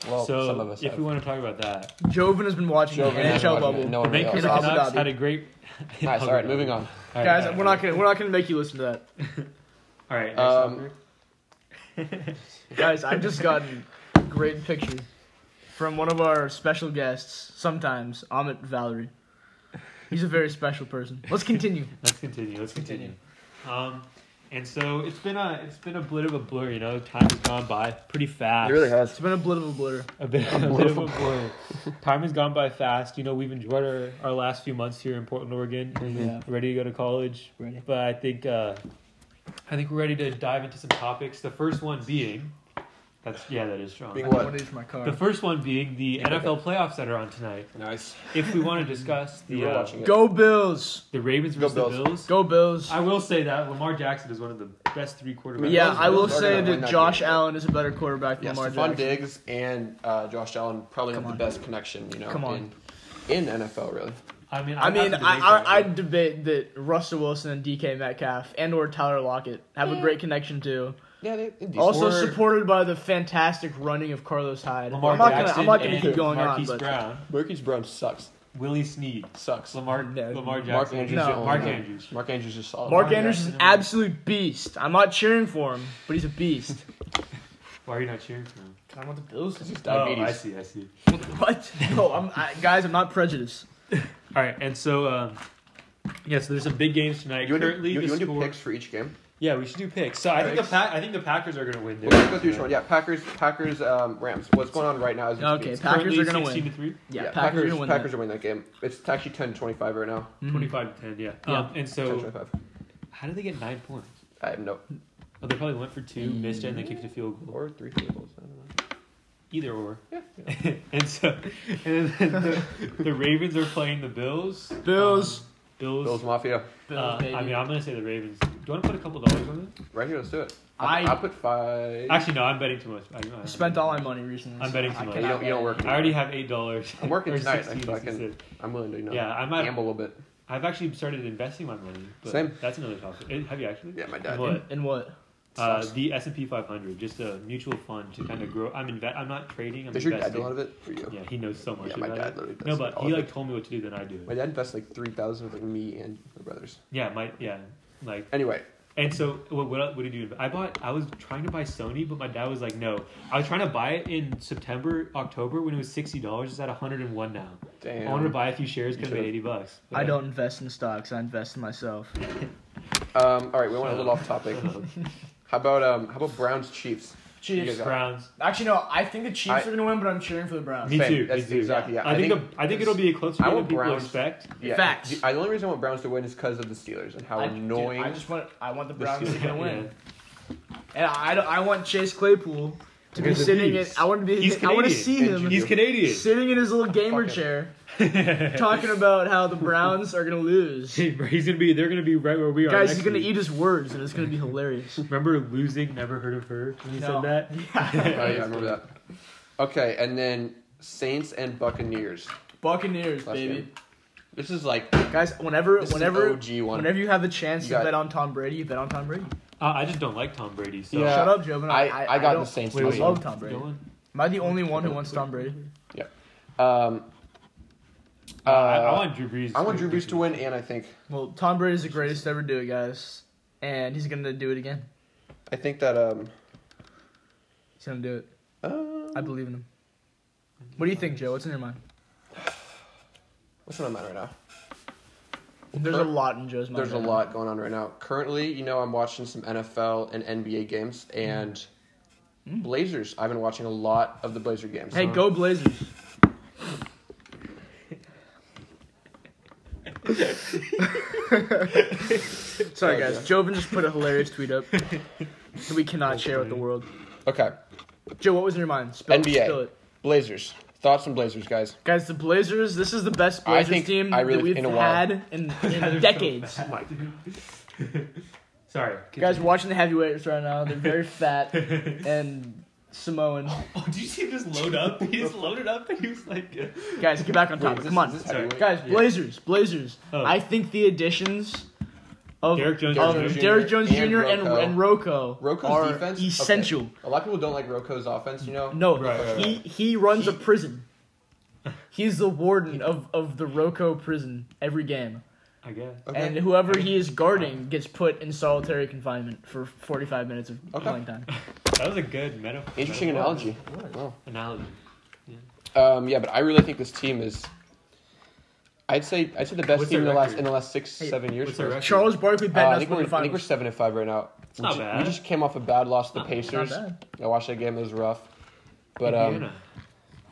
Speaker 2: Well,
Speaker 1: so
Speaker 2: some of us
Speaker 1: if
Speaker 2: have.
Speaker 1: we want to talk about that,
Speaker 4: Jovan has been watching
Speaker 2: Jovan
Speaker 4: the
Speaker 2: has
Speaker 4: NHL
Speaker 2: watched it.
Speaker 4: bubble.
Speaker 2: No
Speaker 1: the
Speaker 2: one really
Speaker 1: Vancouver
Speaker 2: else.
Speaker 4: In Abu
Speaker 1: Canucks
Speaker 4: Dhabi.
Speaker 1: had a great. [LAUGHS]
Speaker 2: Nice. All right, moving on.
Speaker 1: All right, all
Speaker 4: Guys,
Speaker 1: right.
Speaker 4: we're not gonna we're not gonna make you listen to that.
Speaker 1: All right.
Speaker 2: Um,
Speaker 1: next topic. [LAUGHS]
Speaker 4: Guys, I've just gotten a great picture from one of our special guests, sometimes, Amit Valerie. He's a very special person. Let's continue.
Speaker 1: Let's continue. Let's continue. Um, and so it's been a it's been a bit of a blur, you know. Time has gone by pretty fast.
Speaker 4: It's been a bit of a blur.
Speaker 1: A
Speaker 2: [LAUGHS]
Speaker 1: bit, a bit of a blur. Time has gone by fast. You know, we've enjoyed our, our last few months here in Portland, Oregon. uh,
Speaker 4: Yeah.
Speaker 1: Ready to go to college,
Speaker 4: Ready.
Speaker 1: but I think uh, I think we're ready to dive into some topics. The first one being, that's yeah, that is strong.
Speaker 2: Being
Speaker 4: I
Speaker 2: what?
Speaker 4: wanted it for my car.
Speaker 1: The first one being the
Speaker 2: Yeah,
Speaker 1: NFL playoffs that are on tonight.
Speaker 2: Nice.
Speaker 1: If we want to
Speaker 2: [LAUGHS]
Speaker 1: discuss
Speaker 2: We
Speaker 1: the
Speaker 2: were
Speaker 1: uh,
Speaker 2: watching it.
Speaker 4: Go Bills!
Speaker 1: the Ravens
Speaker 2: Go
Speaker 1: versus the
Speaker 2: Bills.
Speaker 1: Bills,
Speaker 4: Go Bills!
Speaker 1: I will say that Lamar Jackson is one of the best three quarterbacks.
Speaker 4: yeah,
Speaker 2: Bills-
Speaker 4: I will
Speaker 2: Bills are
Speaker 4: say
Speaker 2: gonna win
Speaker 4: that
Speaker 2: that
Speaker 4: Josh
Speaker 2: game.
Speaker 4: Allen is a better quarterback than
Speaker 2: Yes,
Speaker 4: Lamar
Speaker 2: Stephon
Speaker 4: Jackson.
Speaker 2: Diggs and uh, Josh Allen probably
Speaker 4: Come
Speaker 2: have
Speaker 4: on.
Speaker 2: the best connection, you know,
Speaker 4: Come on.
Speaker 2: in in NFL really.
Speaker 1: I mean,
Speaker 4: I
Speaker 1: I'd have
Speaker 4: mean,
Speaker 1: to
Speaker 4: I,
Speaker 1: debate that.
Speaker 4: I, I debate that Russell Wilson and DK Metcalf and or Tyler Lockett have a great connection too.
Speaker 2: Yeah, they, they decent.
Speaker 4: Also
Speaker 1: Or-
Speaker 4: supported by the fantastic running of Carlos Hyde.
Speaker 1: Lamar
Speaker 4: I'm not
Speaker 1: Jackson
Speaker 4: gonna, I'm not gonna
Speaker 1: and
Speaker 4: keep going
Speaker 1: Marquise
Speaker 4: on, but
Speaker 1: Brown,
Speaker 2: Marquise Brown sucks.
Speaker 1: Willie Sneed,
Speaker 2: Sucks.
Speaker 1: Lamar,
Speaker 4: No.
Speaker 1: Lamar Jackson,
Speaker 2: Mark Andrews.
Speaker 4: No.
Speaker 2: is-
Speaker 1: Mark Andrews.
Speaker 2: Mark Andrews is solid.
Speaker 4: Mark
Speaker 1: Lamar
Speaker 4: Andrews is an
Speaker 1: Jackson.
Speaker 4: absolute beast. I'm not cheering for him, but he's a beast.
Speaker 1: Why are you not cheering for him?
Speaker 4: I want the Bills.
Speaker 2: It's just
Speaker 1: Oh, I
Speaker 2: diabetes.
Speaker 1: see, I see.
Speaker 4: What? No, I'm, I, guys, I'm not prejudiced.
Speaker 1: All right, and so, um, yeah, so there's some big games tonight.
Speaker 2: you want to
Speaker 1: Currently,
Speaker 2: you,
Speaker 1: the
Speaker 2: you wanna do
Speaker 1: score-
Speaker 2: picks for each game?
Speaker 1: Yeah, we should do picks. So I think the
Speaker 2: Picks.
Speaker 1: pa- I think the Packers are going to win.
Speaker 2: We'll
Speaker 1: their-
Speaker 2: go through each one. Yeah, Packers, Packers, um, Rams. What's going on right now? Is
Speaker 4: Okay,
Speaker 2: it's-
Speaker 4: Packers
Speaker 1: Currently
Speaker 4: are gonna
Speaker 1: 16
Speaker 4: win. Mm-hmm.
Speaker 1: to three,
Speaker 2: yeah,
Speaker 4: Yeah, Packers, are
Speaker 2: Packers,
Speaker 4: gonna win.
Speaker 2: Packers are winning that game. It's actually 10-25 right now.
Speaker 4: that. Mhm.
Speaker 1: 25 to 10. Yeah. Um, and so,
Speaker 2: 10-25.
Speaker 1: how did they get nine points?
Speaker 2: I have no
Speaker 1: Oh, they probably went for two, missed it, and they kicked a field goal.
Speaker 2: or three field goals. I don't know.
Speaker 1: Either or.
Speaker 2: Yeah,
Speaker 1: [LAUGHS] and so, and then the, the Ravens are playing the Bills.
Speaker 4: Mm. Bills.
Speaker 1: Um, Bills.
Speaker 2: Bills Mafia.
Speaker 4: Bills,
Speaker 1: uh,
Speaker 4: baby.
Speaker 1: I mean, I'm gonna say the Ravens. Do you want to put a couple dollars on it?
Speaker 2: Right here, let's do it.
Speaker 4: I-
Speaker 2: I put five.
Speaker 1: Actually, no. I'm betting too much. I, I-
Speaker 4: I spent all my money recently.
Speaker 1: I'm
Speaker 4: so
Speaker 1: betting too
Speaker 4: I
Speaker 1: much.
Speaker 4: cannot
Speaker 2: You don't- you don't work.
Speaker 1: I already have eight dollars.
Speaker 2: I'm
Speaker 1: [LAUGHS]
Speaker 2: working tonight, so I can- I'm willing to you know,
Speaker 1: Yeah, I might-
Speaker 2: gamble a little bit.
Speaker 1: I've actually started investing my money. But
Speaker 2: Same.
Speaker 1: That's another topic. Eh, Have you actually?
Speaker 2: Yeah, my dad.
Speaker 1: What?
Speaker 2: did.
Speaker 1: much.
Speaker 4: And what?
Speaker 1: Uh, the S and P 500, just a mutual fund to kind of grow. I'm inve- I'm not trading. I'm
Speaker 2: Does your
Speaker 1: investing.
Speaker 2: dad do a lot of it for you?
Speaker 1: Yeah, he knows so much
Speaker 2: Yeah, my
Speaker 1: about
Speaker 2: dad
Speaker 1: it.
Speaker 2: literally does.
Speaker 1: No, but
Speaker 2: all
Speaker 1: he
Speaker 2: of
Speaker 1: like
Speaker 2: it.
Speaker 1: told me what to do, then I do
Speaker 2: My
Speaker 1: it.
Speaker 2: dad invests like three thousand with like me and my brothers.
Speaker 1: Yeah, my yeah, like
Speaker 2: Anyway,
Speaker 1: And so, what, what, what did you do? I bought, I was trying to buy Sony, but my dad was like, no. I was trying to buy it in September, October when it was $60. It's at 101 now.
Speaker 2: damn.
Speaker 1: I wanted to buy a few shares because
Speaker 2: You
Speaker 1: made
Speaker 2: should've-
Speaker 1: 80 bucks.
Speaker 4: I don't invest in stocks. I invest in myself.
Speaker 2: Um, all right, we went a little off topic. How about um, how about Browns Chiefs? You guys
Speaker 4: Chiefs.
Speaker 2: got-
Speaker 1: Browns.
Speaker 4: Actually, no. I think the Chiefs
Speaker 2: I-
Speaker 4: are gonna win, but I'm cheering for the Browns.
Speaker 1: Me
Speaker 2: Same,
Speaker 1: too.
Speaker 2: That's
Speaker 1: me too.
Speaker 2: exactly. Yeah.
Speaker 1: I, think, the, I think it'll be a closer
Speaker 2: I
Speaker 1: game than
Speaker 2: want
Speaker 1: people
Speaker 2: Browns.
Speaker 1: expect.
Speaker 2: yeah,
Speaker 4: Facts.
Speaker 2: The, the only reason I want Browns to win is because of the Steelers and how
Speaker 4: I- dude,
Speaker 2: annoying.
Speaker 4: I just want. I want the
Speaker 2: the
Speaker 4: Browns to
Speaker 2: [LAUGHS] Steelers
Speaker 4: gonna
Speaker 1: are.
Speaker 4: win. And I, don't- I want Chase Claypool to be
Speaker 1: He's a
Speaker 4: sitting in.
Speaker 1: beast.
Speaker 4: I want to be.
Speaker 1: He's
Speaker 4: I want to
Speaker 1: Canadian,
Speaker 4: see
Speaker 2: and
Speaker 4: him.
Speaker 1: He's Canadian.
Speaker 4: sitting in his little gamer
Speaker 2: Fuck it. [LAUGHS]
Speaker 4: chair
Speaker 1: [LAUGHS]
Speaker 4: talking about how the Browns are gonna lose.
Speaker 1: He's gonna be. They're gonna be right where we are.
Speaker 4: Guys,
Speaker 1: next
Speaker 4: he's gonna
Speaker 1: week.
Speaker 4: eat his words and it's gonna be
Speaker 2: [LAUGHS]
Speaker 4: hilarious. [LAUGHS]
Speaker 1: Remember losing? Never heard of her. When you
Speaker 4: No.
Speaker 1: said that.
Speaker 2: oh, yeah, I remember that. Okay, and then Saints and Buccaneers.
Speaker 4: Buccaneers,
Speaker 2: Last
Speaker 4: baby.
Speaker 2: game. This is like
Speaker 4: Guys, whenever
Speaker 2: this
Speaker 4: whenever
Speaker 2: is an OG one.
Speaker 4: whenever you have a chance
Speaker 2: You
Speaker 4: to
Speaker 2: got-
Speaker 4: bet on Tom Brady, you bet on Tom Brady.
Speaker 1: Uh, I just don't like Tom Brady. So
Speaker 2: Yeah.
Speaker 4: Shut up, Jovan.
Speaker 2: I, I, got
Speaker 4: don't-
Speaker 2: the Saints.
Speaker 1: Wait,
Speaker 2: to
Speaker 1: wait.
Speaker 2: win.
Speaker 4: Love Tom Brady.
Speaker 1: Go on.
Speaker 4: Am I the only one who wants Tom Brady?
Speaker 2: Um,
Speaker 1: Uh, I, I
Speaker 2: uh,
Speaker 1: want Drew Brees.
Speaker 2: I want Drew Brees to win, and I think
Speaker 4: Well, Tom Brady's the greatest to ever do it, guys, and he's gonna do it again.
Speaker 2: I think that um.
Speaker 4: He's gonna do it.
Speaker 2: um,
Speaker 4: I believe in him. What do you think, Joe? What's in your mind?
Speaker 2: What's going on right now?
Speaker 4: There's a lot in Joe's mind.
Speaker 2: There's a
Speaker 4: right now. Mm.
Speaker 2: lot going on right now. Currently, you know, I'm watching some NFL and NBA games, and Blazers. I've been watching a lot of the Blazer games.
Speaker 4: Hey,
Speaker 2: Huh.
Speaker 4: go Blazers. [LAUGHS] Sorry, guys. Jovan just put a hilarious tweet up that we cannot share with the world.
Speaker 2: Okay,
Speaker 4: Joe, what was in your mind? Spill,
Speaker 2: NBA.
Speaker 4: spill it.
Speaker 2: Blazers. Thoughts on Blazers, guys?
Speaker 4: Guys, the Blazers, this is the best
Speaker 2: I
Speaker 4: Blazers
Speaker 2: think
Speaker 4: team
Speaker 2: I really-
Speaker 4: that we've
Speaker 2: in a while.
Speaker 4: had in, [LAUGHS] in decades.
Speaker 1: Oh my- [LAUGHS] Sorry.
Speaker 4: Guys, we're watching the heavyweights right now. They're
Speaker 1: [LAUGHS]
Speaker 4: very fat and Samoan.
Speaker 1: Oh, did you see him just load up? He just loaded up and he was like, uh, yeah.
Speaker 4: Guys, get back on topic. Come on.
Speaker 1: Sorry.
Speaker 2: heavyweight?
Speaker 4: Guys, Blazers, Blazers.
Speaker 1: Oh.
Speaker 4: I think the additions of
Speaker 1: Derrick Jones
Speaker 4: of
Speaker 1: Jr.
Speaker 4: Derrick Jones Jr.
Speaker 2: and
Speaker 4: and,
Speaker 2: Rocco.
Speaker 4: and Rocco,
Speaker 2: Rocco's
Speaker 4: are
Speaker 2: defense Okay.
Speaker 4: essential.
Speaker 2: A lot of people don't like Rocco's offense. You know,
Speaker 4: No,
Speaker 1: Right, right,
Speaker 4: he
Speaker 1: right.
Speaker 4: he runs a
Speaker 1: [LAUGHS]
Speaker 2: He-
Speaker 4: prison. He's the warden of, of the Rocco prison every game,
Speaker 1: I guess.
Speaker 2: Okay.
Speaker 4: and whoever he is guarding gets put in solitary confinement for forty five minutes of
Speaker 2: Okay.
Speaker 4: playing time.
Speaker 1: That was a good metaphor.
Speaker 2: Interesting
Speaker 1: metaphor.
Speaker 2: analogy. Wow.
Speaker 1: Analogy.
Speaker 2: Um, yeah, but I really think this team is. I'd say I'd say the best
Speaker 1: What's
Speaker 2: team in
Speaker 1: their
Speaker 2: the last
Speaker 1: record?
Speaker 2: in the last six
Speaker 4: Hey,
Speaker 2: seven years.
Speaker 1: what's
Speaker 2: for
Speaker 1: their
Speaker 2: us.
Speaker 1: record?
Speaker 4: Charles Barkley
Speaker 2: Uh,
Speaker 4: bet
Speaker 2: I
Speaker 4: us
Speaker 2: think,
Speaker 4: win
Speaker 2: we're,
Speaker 4: the
Speaker 2: I think we're
Speaker 4: finals.
Speaker 2: seven and five right now. we,
Speaker 1: not
Speaker 2: ju-
Speaker 1: bad.
Speaker 2: we just came off a bad loss to the Pacers.
Speaker 4: bad.
Speaker 2: I watched that game; it was rough. But um, yeah,
Speaker 1: Indiana.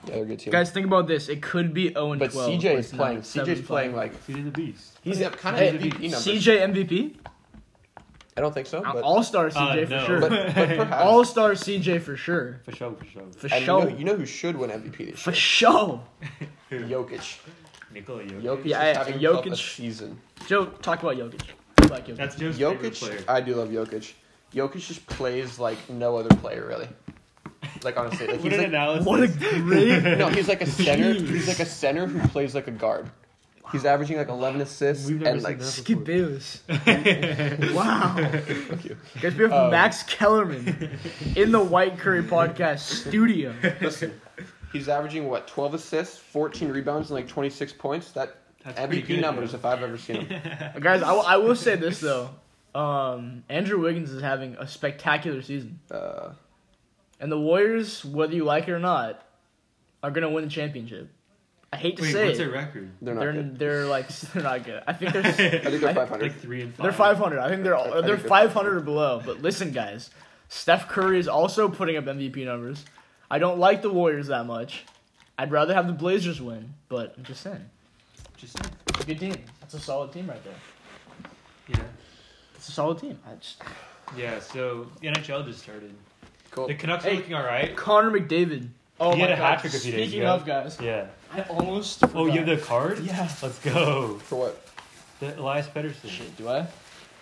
Speaker 2: they're a good team.
Speaker 4: Guys, think about this. It could be zero and
Speaker 2: but
Speaker 4: twelve.
Speaker 2: CJ is
Speaker 4: it's not.
Speaker 2: playing.
Speaker 4: It's
Speaker 2: CJ's
Speaker 4: 7-5.
Speaker 2: playing like
Speaker 1: He's in the beast.
Speaker 2: he's up kind
Speaker 4: Hey,
Speaker 2: of MVP numbers.
Speaker 4: CJ MVP,
Speaker 2: I don't think so, but,
Speaker 4: all star CJ
Speaker 1: Uh,
Speaker 4: for
Speaker 1: no. [LAUGHS]
Speaker 4: sure,
Speaker 2: but, but perhaps.
Speaker 4: all star CJ for sure,
Speaker 1: For sure, for sure.
Speaker 4: for
Speaker 2: and you
Speaker 4: sure,
Speaker 2: know, you know who should win MVP this
Speaker 4: for
Speaker 2: year?
Speaker 4: sure.
Speaker 2: Jokic.
Speaker 1: Nikola Jokic.
Speaker 2: Jokic
Speaker 4: Yeah,
Speaker 2: is
Speaker 4: I-
Speaker 2: having himself a
Speaker 4: Jokic-
Speaker 2: season.
Speaker 4: Joe, talk about Jokic. I like Jokic.
Speaker 1: That's Joe's favorite player.
Speaker 2: Jokic, uh, I do love Jokic. Jokic just plays like no other player, really. Like honestly, like
Speaker 1: [LAUGHS] what
Speaker 2: he's
Speaker 1: an
Speaker 2: like
Speaker 1: analysis.
Speaker 4: What a
Speaker 1: [LAUGHS]
Speaker 4: great.
Speaker 2: no, he's like a center. He's like a center who plays like a guard. He's averaging like 11 assists
Speaker 1: We've never
Speaker 2: and
Speaker 1: seen
Speaker 2: like
Speaker 1: that
Speaker 2: [LAUGHS] s-
Speaker 4: Skip Bayless.
Speaker 1: [LAUGHS]
Speaker 4: Wow. Guys, we have
Speaker 2: Um,
Speaker 4: Max Kellerman in the White Curry podcast studio.
Speaker 2: listen, he's averaging what 12 assists, 14 rebounds, and like 26 points. That
Speaker 1: That's pretty
Speaker 2: MVP
Speaker 1: good,
Speaker 2: numbers
Speaker 1: man.
Speaker 2: if I've ever seen him.
Speaker 4: Guys, I, will- I will say this though. Um, Andrew Wiggins is having a spectacular season.
Speaker 2: Uh,
Speaker 4: And the Warriors, whether you like it or not, are going to win the championship. I hate to
Speaker 1: Wait,
Speaker 4: say
Speaker 1: what's
Speaker 4: it.
Speaker 1: their record?
Speaker 2: they're not
Speaker 4: they're
Speaker 2: good.
Speaker 4: they're like [LAUGHS] they're not good. I think
Speaker 1: [LAUGHS]
Speaker 4: they're s-
Speaker 2: I think they're
Speaker 4: I-
Speaker 2: 500.
Speaker 1: Like three and five.
Speaker 4: They're 500. I think they're all,
Speaker 2: I think
Speaker 4: they're
Speaker 2: they're
Speaker 4: 500 or below. But listen, guys, Steph Curry is also putting up MVP numbers. I don't like the Warriors that much. I'd rather have the Blazers win, but I'm just saying.
Speaker 1: Just,
Speaker 4: It's a good team. That's a solid team right there.
Speaker 1: yeah.
Speaker 4: It's a solid team. I just...
Speaker 1: Yeah, so the NHL just started.
Speaker 2: Cool.
Speaker 1: The Canucks are
Speaker 4: Hey.
Speaker 1: looking all right.
Speaker 4: Connor McDavid. Oh
Speaker 1: He
Speaker 4: my
Speaker 1: had a
Speaker 4: God.
Speaker 1: hat trick a few
Speaker 4: Speaking
Speaker 1: days ago.
Speaker 4: of guys,
Speaker 1: Yeah.
Speaker 4: I almost.
Speaker 1: Oh, you have the card?
Speaker 4: Yeah.
Speaker 1: Let's go.
Speaker 2: For what?
Speaker 1: The Elias Pettersson.
Speaker 4: Shit, do I?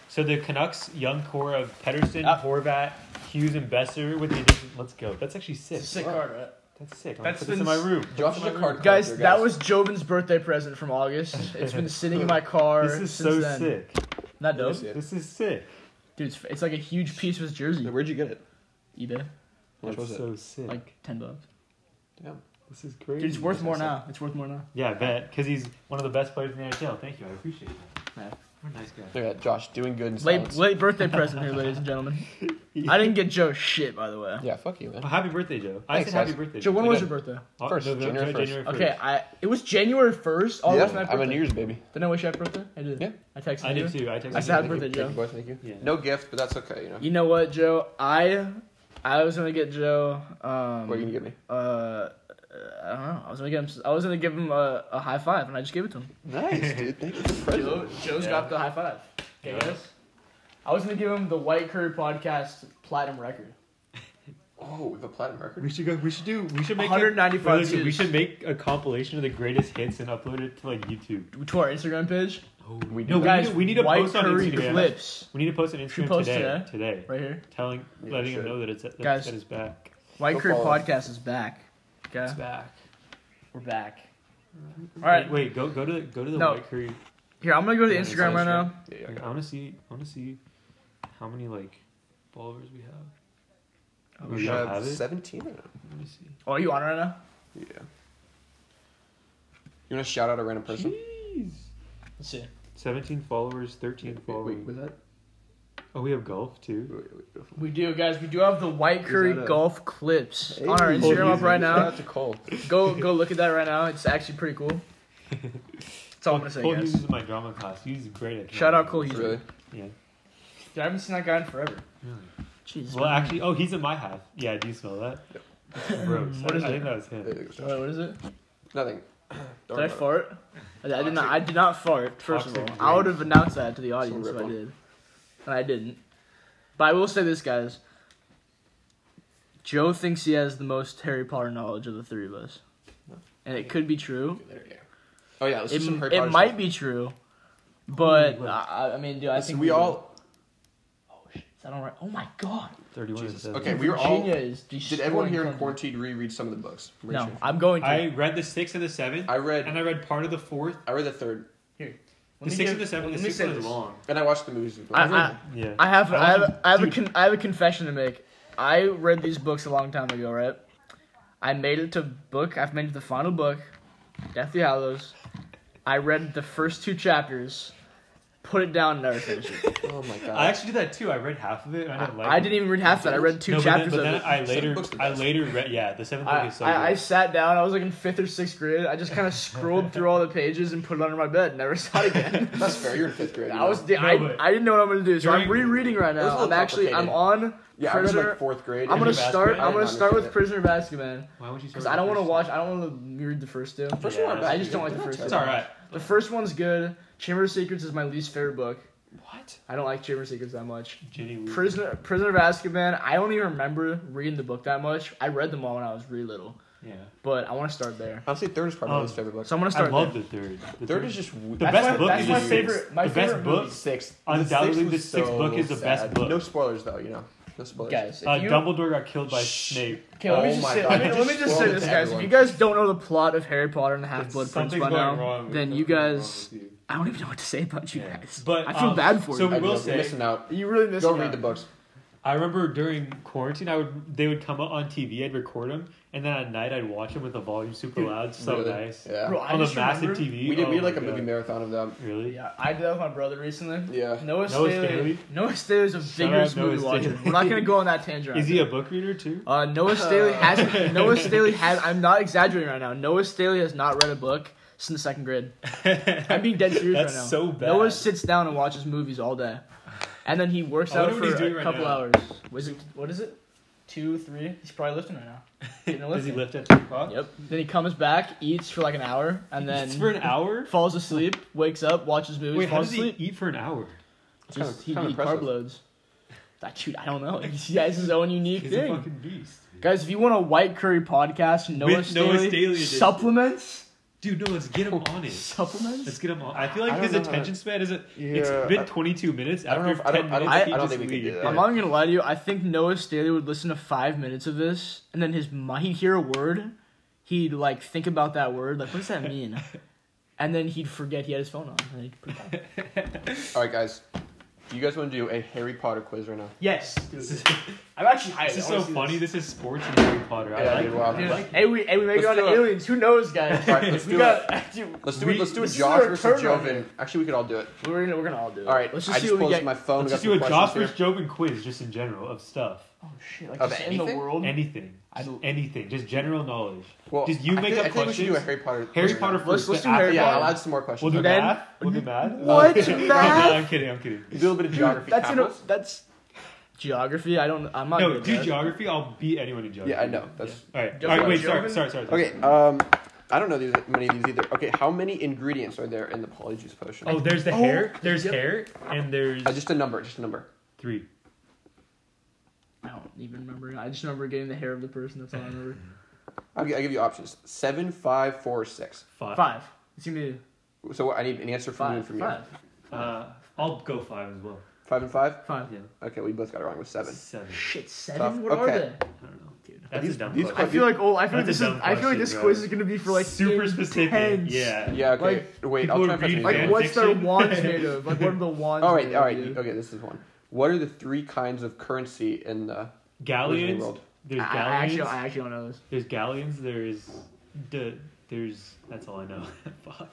Speaker 1: So the Canucks young core of Pedersen,
Speaker 4: Ah.
Speaker 1: Horvat, Hughes, and Besser with the addition. Let's go. That's actually sick.
Speaker 4: It's a sick card, right?
Speaker 1: That's sick. I'm
Speaker 4: That's
Speaker 1: That's put this in
Speaker 4: been
Speaker 1: my
Speaker 4: s-
Speaker 1: room.
Speaker 2: Josh is a card
Speaker 4: Guys,
Speaker 2: collector,
Speaker 4: that was Jovin's birthday present from August. It's been sitting in my car
Speaker 1: This is
Speaker 4: since
Speaker 1: so
Speaker 4: then.
Speaker 1: sick.
Speaker 4: Not dope,
Speaker 2: Yeah.
Speaker 1: This is sick.
Speaker 4: dude. It's, it's like a huge piece of his jersey.
Speaker 2: Where'd you get it? How
Speaker 4: eBay,
Speaker 2: much
Speaker 1: That's
Speaker 2: was it?
Speaker 1: so sick.
Speaker 4: like ten bucks.
Speaker 2: Damn.
Speaker 1: this is crazy.
Speaker 4: Dude, it's worth more now. It's worth more now.
Speaker 1: Yeah, I bet. Because he's one of the best players in the NHL. Thank you. I appreciate that.
Speaker 4: Yeah.
Speaker 1: What a nice guy.
Speaker 2: Look at that, Josh doing good. In
Speaker 4: Late,
Speaker 2: silence.
Speaker 4: late birthday present here, ladies and gentlemen. I didn't get Joe shit, by the way.
Speaker 2: Yeah, fuck you, man.
Speaker 1: Well, happy birthday, Joe. I
Speaker 2: Thanks,
Speaker 1: said happy
Speaker 2: guys.
Speaker 1: birthday.
Speaker 4: Joe, when
Speaker 2: We
Speaker 4: was
Speaker 2: did.
Speaker 4: your birthday?
Speaker 1: Oh,
Speaker 2: First, January first.
Speaker 4: Okay, I it was January first. Oh, that was my
Speaker 2: Yeah,
Speaker 4: birthday.
Speaker 2: I'm a New Year's baby.
Speaker 4: Didn't I wish you happy birthday? I did.
Speaker 2: Yeah.
Speaker 4: I texted
Speaker 1: I
Speaker 4: you.
Speaker 1: did too. I texted
Speaker 4: I said happy
Speaker 2: Thank you,
Speaker 4: birthday,
Speaker 2: thank
Speaker 4: Joe.
Speaker 2: you, boys, thank you.
Speaker 1: Yeah.
Speaker 2: No gift, but that's okay, you know.
Speaker 4: You know what, Joe? I I was gonna get Joe. Um,
Speaker 2: What are you gonna give me?
Speaker 4: uh, uh, I don't know. I was gonna give him. s- I was gonna give him a, a high five, and I just gave it to him.
Speaker 2: Nice, dude. Thank you for the
Speaker 4: Joe,
Speaker 2: present.
Speaker 4: Joe's
Speaker 1: Yeah.
Speaker 4: got the high five. Okay,
Speaker 1: Yeah.
Speaker 4: guys. I was gonna give him the White Curry Podcast Platinum Record.
Speaker 2: Oh, we have a platinum record.
Speaker 1: We should go. We should do. We should make. a-
Speaker 4: 195
Speaker 1: Wait, listen, we
Speaker 4: views.
Speaker 1: should make a compilation of the greatest hits and upload it to like YouTube.
Speaker 4: to our Instagram page.
Speaker 1: Oh,
Speaker 2: We
Speaker 1: no,
Speaker 2: do.
Speaker 4: Guys,
Speaker 1: we need, we need to
Speaker 4: White
Speaker 1: post on
Speaker 4: Curry
Speaker 1: Instagram.
Speaker 4: clips
Speaker 1: We need to post on
Speaker 4: Should
Speaker 1: Instagram
Speaker 4: we post
Speaker 1: today. Today,
Speaker 4: right here.
Speaker 1: telling,
Speaker 2: Yeah,
Speaker 1: letting
Speaker 2: sure.
Speaker 1: him know that it's that,
Speaker 4: Guys.
Speaker 1: that it's back.
Speaker 4: White
Speaker 2: Go
Speaker 4: Curry
Speaker 2: follow.
Speaker 4: Podcast is back. Okay,
Speaker 1: back.
Speaker 4: we're back. All right,
Speaker 1: Wait, wait, go go to the go to the
Speaker 4: No.
Speaker 1: White Curry.
Speaker 4: here I'm gonna go to
Speaker 1: Yeah, it's
Speaker 4: Instagram
Speaker 2: on
Speaker 4: right
Speaker 2: Instagram.
Speaker 4: now.
Speaker 2: Yeah, yeah.
Speaker 1: I want to see. I want to see how many like followers we have.
Speaker 4: Oh,
Speaker 1: We
Speaker 2: We
Speaker 1: don't
Speaker 2: have
Speaker 1: have it.
Speaker 2: 17 right now.
Speaker 1: Let me see.
Speaker 4: Oh, are you on right now?
Speaker 2: Yeah. You want to shout out a random person?
Speaker 1: Jeez.
Speaker 4: Let's see.
Speaker 1: Seventeen followers, thirteen
Speaker 2: Wait,
Speaker 1: followers.
Speaker 2: wait, was that?
Speaker 1: Oh, we have golf too.
Speaker 2: Wait, wait, wait.
Speaker 4: We do, guys. We do have the White Curry
Speaker 2: that a-
Speaker 4: Golf clips on our
Speaker 2: Hey,
Speaker 4: Instagram up right [LAUGHS]
Speaker 2: Shout
Speaker 4: now.
Speaker 2: out to Cole.
Speaker 4: Go, go look at that right now. It's actually pretty [LAUGHS] cool. That's all I'm gonna say,
Speaker 1: Cole
Speaker 4: guys.
Speaker 1: Hughes is in my drama class. He's great at.
Speaker 4: Shout out
Speaker 1: drama.
Speaker 4: Cole Hughes.
Speaker 2: Really?
Speaker 1: Yeah.
Speaker 4: Dude, I haven't seen that guy in forever.
Speaker 1: Really.
Speaker 4: Jesus.
Speaker 1: Well, actually, oh, he's in my half. Yeah, do you smell that?
Speaker 4: [LAUGHS]
Speaker 1: It's Gross.
Speaker 4: What
Speaker 1: I,
Speaker 4: is
Speaker 1: I
Speaker 4: it?
Speaker 1: think that was him.
Speaker 4: Wait, what is it?
Speaker 2: Nothing. Don't
Speaker 4: Did I
Speaker 2: worry about it.
Speaker 4: fart? I, I did not. I did not fart. First of all,
Speaker 1: Toxic
Speaker 4: I would
Speaker 1: drink.
Speaker 4: have announced that to the audience if
Speaker 2: rip
Speaker 4: I
Speaker 2: off.
Speaker 4: did, and I didn't. But I will say this, guys. Joe thinks he has the most Harry Potter knowledge of the three of us, and it could be true.
Speaker 2: Oh yeah, let's
Speaker 4: It,
Speaker 2: do some Harry
Speaker 4: it
Speaker 2: Potter
Speaker 4: might
Speaker 2: stuff.
Speaker 4: be true, but
Speaker 1: Ooh, look.
Speaker 4: I, I mean, dude, I
Speaker 2: Listen,
Speaker 4: think
Speaker 2: we all
Speaker 4: Oh shit! Is that all right? Oh my god!
Speaker 1: 31
Speaker 2: Jesus.
Speaker 1: and
Speaker 2: Okay,
Speaker 1: seven.
Speaker 2: we were all.
Speaker 4: Virginia is
Speaker 2: Did everyone here in
Speaker 4: destroying
Speaker 2: quarantine reread some of the books?
Speaker 4: Clemson. No,
Speaker 2: Rachel?
Speaker 4: I'm going to.
Speaker 1: I read the sixth and the seventh,
Speaker 2: I read.
Speaker 1: and I read part of the fourth.
Speaker 2: I read the third,
Speaker 1: The sixth and the seventh. The sixth one is long.
Speaker 2: and I watched the movies. With
Speaker 4: I- I-
Speaker 1: Yeah.
Speaker 4: I have, I have, I have a,
Speaker 1: Dude.
Speaker 4: con- I have a confession to make. I read these books a long time ago, right? I made it to book. I've made it to the final book, Deathly Hallows. I read the first two chapters, put it down, and never finished it.
Speaker 2: oh my god!
Speaker 1: I actually did that too. I read half of it. And I didn't like.
Speaker 4: Uh, I
Speaker 1: it.
Speaker 4: didn't even read half that. I read two
Speaker 1: No, but then-
Speaker 4: chapters
Speaker 1: But then,
Speaker 4: of it.
Speaker 1: I
Speaker 2: Seventh
Speaker 1: later,
Speaker 2: book's the
Speaker 1: I
Speaker 2: best.
Speaker 1: later read. Yeah, the seventh book
Speaker 4: I,
Speaker 1: is so
Speaker 4: I, I
Speaker 1: good.
Speaker 4: sat down. I was like in fifth or sixth grade. I just kind of scrolled through all the pages and put it under my bed. Never saw it again.
Speaker 2: That's fair. You're in fifth grade. you
Speaker 4: I
Speaker 2: know.
Speaker 4: was I,
Speaker 1: but-
Speaker 4: I didn't know what I'm gonna do, so I'm
Speaker 1: During-
Speaker 4: rereading right
Speaker 2: was a
Speaker 4: now.
Speaker 2: little
Speaker 4: I'm actually I'm on
Speaker 2: Yeah, I was
Speaker 4: Prisoner.
Speaker 2: like fourth grade.
Speaker 4: I'm gonna
Speaker 1: Prisoner
Speaker 4: start.
Speaker 1: Basket?
Speaker 4: I'm gonna
Speaker 2: I
Speaker 4: start with
Speaker 2: understand
Speaker 4: Prisoner Basket, man,
Speaker 1: Why would you?
Speaker 4: because I don't want to watch. I don't want to read the first two.
Speaker 2: First
Speaker 1: Yeah,
Speaker 2: one,
Speaker 1: that's
Speaker 4: I just don't like the first
Speaker 1: It's
Speaker 4: two.
Speaker 1: all right.
Speaker 4: The first one's good. Chamber of Secrets is my least favorite book.
Speaker 2: What?
Speaker 4: I don't like Chamber of Secrets that much.
Speaker 1: Ginny Weaver.
Speaker 4: Prisoner Prisoner Basket, man. I don't even remember reading the book that much. I read them all when I was really little,
Speaker 1: Yeah.
Speaker 4: but I want to start there.
Speaker 2: Honestly, third is probably
Speaker 1: Um,
Speaker 2: my least favorite book.
Speaker 4: So I'm gonna
Speaker 1: I
Speaker 4: start.
Speaker 1: love
Speaker 4: there.
Speaker 1: the third. The
Speaker 2: third is just
Speaker 1: the
Speaker 4: That's
Speaker 1: best
Speaker 4: my-
Speaker 1: book.
Speaker 4: that's
Speaker 1: is
Speaker 4: my
Speaker 1: just-
Speaker 4: favorite- my
Speaker 1: the best
Speaker 4: favorite
Speaker 1: book.
Speaker 4: movie.
Speaker 2: sixth.
Speaker 1: Undoubtedly, the sixth
Speaker 2: so
Speaker 1: book is the best
Speaker 2: sad.
Speaker 1: book.
Speaker 2: No spoilers though, you know. No spoilers.
Speaker 4: Guys,
Speaker 1: Uh,
Speaker 4: if you,
Speaker 1: Dumbledore got killed by
Speaker 2: Shh.
Speaker 1: Snape.
Speaker 4: Okay, let me
Speaker 2: Oh
Speaker 4: just
Speaker 2: my
Speaker 4: say,
Speaker 2: God.
Speaker 4: let me, let me
Speaker 2: Just
Speaker 4: just say
Speaker 2: spoiled
Speaker 4: this,
Speaker 2: it to
Speaker 4: guys. If you
Speaker 2: everyone.
Speaker 4: guys don't know the plot of Harry Potter and the Half Blood Prince
Speaker 1: Something's
Speaker 4: by
Speaker 1: going
Speaker 4: now,
Speaker 1: wrong.
Speaker 4: then you guys, I don't even know what to say about you
Speaker 1: Yeah.
Speaker 4: guys.
Speaker 1: But,
Speaker 4: I feel
Speaker 1: um,
Speaker 4: bad for
Speaker 1: so
Speaker 4: you.
Speaker 1: we-
Speaker 2: I
Speaker 1: will
Speaker 2: will
Speaker 1: say-
Speaker 2: say, missing out.
Speaker 4: You really missed.
Speaker 2: Go
Speaker 4: out.
Speaker 2: read the books.
Speaker 1: I remember during quarantine, I would they would come up on TV. I'd record them, and then at night I'd watch them with the volume super loud. So
Speaker 2: Really?
Speaker 1: nice.
Speaker 2: Yeah.
Speaker 4: Bro, I
Speaker 1: on the
Speaker 4: just
Speaker 1: massive
Speaker 4: remember-
Speaker 1: TV.
Speaker 2: we did.
Speaker 1: Oh
Speaker 2: we did like
Speaker 1: my
Speaker 2: a movie
Speaker 1: God.
Speaker 2: marathon of them.
Speaker 1: Really?
Speaker 4: Yeah, I did that with my brother recently.
Speaker 2: Yeah.
Speaker 4: Noah
Speaker 1: Noah
Speaker 4: Staley.
Speaker 1: Staley?
Speaker 4: Noah Staley is a
Speaker 1: Shout
Speaker 4: vigorous
Speaker 1: out Noah
Speaker 4: movie watcher.
Speaker 1: Staley.
Speaker 4: We're not gonna go on that tangent. Right
Speaker 1: Is he a book reader too?
Speaker 2: [LAUGHS]
Speaker 4: now. Uh, Noah
Speaker 1: [LAUGHS]
Speaker 4: Staley has. Noah Staley has. I'm not exaggerating right now. Noah Staley has not read a book since second grade. I'm being dead serious
Speaker 1: That's
Speaker 4: right now.
Speaker 1: so bad.
Speaker 4: Noah sits down and watches movies all day, and then he works
Speaker 1: I
Speaker 4: out
Speaker 1: wonder what
Speaker 4: for
Speaker 1: he's doing
Speaker 4: a
Speaker 1: right
Speaker 4: couple
Speaker 1: now.
Speaker 4: hours. Was it, what is it? Two, three? He's probably lifting
Speaker 1: [LAUGHS]
Speaker 4: right now. Getting a
Speaker 1: Does he
Speaker 4: lifting.
Speaker 1: lift at three o'clock?
Speaker 4: Yep. Then he comes back, eats for like an hour, and then
Speaker 1: It's for an hour.
Speaker 4: falls asleep. Wakes up, watches movies,
Speaker 1: Wait, how
Speaker 4: falls
Speaker 1: does he
Speaker 4: asleep.
Speaker 1: eat for an hour?
Speaker 2: It's
Speaker 4: Just, he
Speaker 2: kinda
Speaker 4: eat carb
Speaker 2: impressive.
Speaker 4: loads. That dude, I don't know. [LAUGHS] He has his own unique
Speaker 1: He's a
Speaker 4: thing.
Speaker 1: fucking beast.
Speaker 4: Guys, if you want a white curry podcast, Noah
Speaker 1: Noah
Speaker 4: Staley,
Speaker 1: Staley edition. [LAUGHS]
Speaker 4: supplements,
Speaker 1: Dude, no, let's get him on it.
Speaker 4: supplements.
Speaker 1: Let's get him on. I feel
Speaker 2: I
Speaker 1: like
Speaker 2: don't
Speaker 1: his
Speaker 2: know how
Speaker 1: attention span isn't.
Speaker 2: Yeah,
Speaker 1: it's
Speaker 2: I-
Speaker 1: been 22 minutes.
Speaker 2: I
Speaker 1: After
Speaker 2: don't know if- I
Speaker 1: 10
Speaker 2: don't- I don't
Speaker 1: minutes,
Speaker 2: think-
Speaker 1: he
Speaker 2: I don't
Speaker 1: just
Speaker 2: think we can
Speaker 1: leaves.
Speaker 2: do that.
Speaker 4: I'm not gonna lie to you. I think Noah Staley would listen to five minutes of this, and then his mi- he'd hear a word, he'd like think about that word, like what does that [LAUGHS] mean, and then he'd forget he had his phone on. And he'd put it down.
Speaker 2: All right, guys. Do you guys want to do a Harry Potter quiz right now?
Speaker 4: [LAUGHS] yes,
Speaker 1: This is,
Speaker 4: I'm actually hyped.
Speaker 1: this is
Speaker 4: I wanna
Speaker 1: so
Speaker 4: see
Speaker 1: funny. This. is sports and Harry Potter. I
Speaker 2: Yeah,
Speaker 1: like
Speaker 2: dude,
Speaker 1: it.
Speaker 2: wow.
Speaker 1: I like it.
Speaker 4: Hey, we hey we make it
Speaker 2: Let's
Speaker 4: on
Speaker 2: do
Speaker 4: to
Speaker 2: it.
Speaker 4: aliens. Who knows, [LAUGHS] guys?
Speaker 2: All right, let's
Speaker 4: we
Speaker 2: do it.
Speaker 4: got. dude,
Speaker 2: Let's do
Speaker 1: We-
Speaker 2: it. Let's do a
Speaker 4: this is
Speaker 2: Josh
Speaker 4: our
Speaker 2: versus
Speaker 4: turn right
Speaker 2: Joven.
Speaker 4: here.
Speaker 2: Actually, we could all do it.
Speaker 4: we're gonna we're gonna all do it.
Speaker 2: All right.
Speaker 4: let's just
Speaker 2: I
Speaker 4: see
Speaker 2: just
Speaker 4: what we
Speaker 2: closed
Speaker 4: get.
Speaker 2: my phone.
Speaker 1: Let's
Speaker 2: got
Speaker 1: just
Speaker 2: some
Speaker 1: do a
Speaker 2: questions
Speaker 1: Josh
Speaker 2: here.
Speaker 1: versus Jobin quiz, just in general of stuff,
Speaker 4: oh shit! Like
Speaker 2: Of
Speaker 4: just in the
Speaker 2: anything?
Speaker 4: world.
Speaker 1: anything,
Speaker 4: Um, I don't-
Speaker 1: anything, just general knowledge.
Speaker 2: Well,
Speaker 1: Just you
Speaker 2: I
Speaker 1: make
Speaker 2: think,
Speaker 1: up
Speaker 2: I think we should do a
Speaker 1: questions.
Speaker 2: Harry Potter. quiz
Speaker 1: Harry
Speaker 2: right
Speaker 1: Potter
Speaker 2: now.
Speaker 4: Let's-
Speaker 1: first.
Speaker 4: let's
Speaker 1: then
Speaker 4: do
Speaker 1: after
Speaker 4: Harry
Speaker 1: that,
Speaker 2: Yeah,
Speaker 4: Potter.
Speaker 2: I'll add some more questions.
Speaker 1: We'll do
Speaker 4: Then-
Speaker 1: math. We'll do
Speaker 2: [LAUGHS]
Speaker 1: math.
Speaker 4: What?
Speaker 1: Okay. [LAUGHS] no,
Speaker 4: Math?
Speaker 1: I'm kidding. I'm kidding.
Speaker 2: do a little bit of geography.
Speaker 4: That's in a,
Speaker 2: capitals.
Speaker 4: that's geography. I don't. I'm not.
Speaker 1: No,
Speaker 4: good at
Speaker 1: do
Speaker 4: that.
Speaker 1: geography. I'll beat anyone in geography.
Speaker 2: Yeah, I know. That's-
Speaker 1: All right.
Speaker 4: Joe-
Speaker 1: All right. Wait.
Speaker 4: Joe-
Speaker 1: Sorry. Sorry. Sorry. sorry.
Speaker 2: Okay, um, I don't know these many of these either. Okay, how many ingredients are there in the polyjuice potion?
Speaker 1: Oh, there's the
Speaker 4: Oh,
Speaker 1: hair. There's
Speaker 4: yep.
Speaker 1: hair, and there's
Speaker 2: Uh, just a number, just a number.
Speaker 1: three.
Speaker 4: I don't even remember. I just remember getting the hair of the person. That's all I remember.
Speaker 2: I'll, gi- I'll give you options: seven, five, four, six.
Speaker 1: Five.
Speaker 4: Five. It's gonna be
Speaker 2: So what- I need an answer from you
Speaker 4: five.
Speaker 2: and from
Speaker 4: Five.
Speaker 2: you.
Speaker 1: Uh, I'll go five as well.
Speaker 2: Five and five.
Speaker 4: Five.
Speaker 1: Yeah.
Speaker 2: Okay, we both got it wrong with seven.
Speaker 1: Seven.
Speaker 4: Shit, seven.
Speaker 2: Tough.
Speaker 4: What are
Speaker 2: Okay.
Speaker 4: they?
Speaker 1: I don't know.
Speaker 4: Dude,
Speaker 1: That's
Speaker 2: These-
Speaker 1: a dumb
Speaker 2: these
Speaker 1: question.
Speaker 4: I feel like oh, I feel like
Speaker 1: That's
Speaker 4: this
Speaker 1: a
Speaker 4: is.
Speaker 1: dumb
Speaker 4: I feel like this
Speaker 1: question,
Speaker 4: quiz
Speaker 1: bro.
Speaker 4: is gonna be for like
Speaker 1: super specific.
Speaker 4: intense.
Speaker 1: Yeah.
Speaker 2: Yeah. Okay.
Speaker 4: Like,
Speaker 2: Wait.
Speaker 1: people
Speaker 2: I'll
Speaker 1: are
Speaker 2: try
Speaker 1: reading
Speaker 2: and find some
Speaker 4: Like
Speaker 1: fan
Speaker 2: more.
Speaker 4: what's their
Speaker 1: fiction?
Speaker 4: wands made of? Like what are the wands?
Speaker 2: All right.
Speaker 4: made
Speaker 2: All
Speaker 4: of,
Speaker 2: right.
Speaker 4: dude?
Speaker 2: Okay, this is one. What are the three kinds of currency in the? Disney
Speaker 1: Galleons.
Speaker 2: World.
Speaker 1: There's
Speaker 4: I, I
Speaker 1: galleons.
Speaker 4: actually, I actually don't know this.
Speaker 1: There's galleons. There's the. There's. That's all I know. [LAUGHS] Fuck.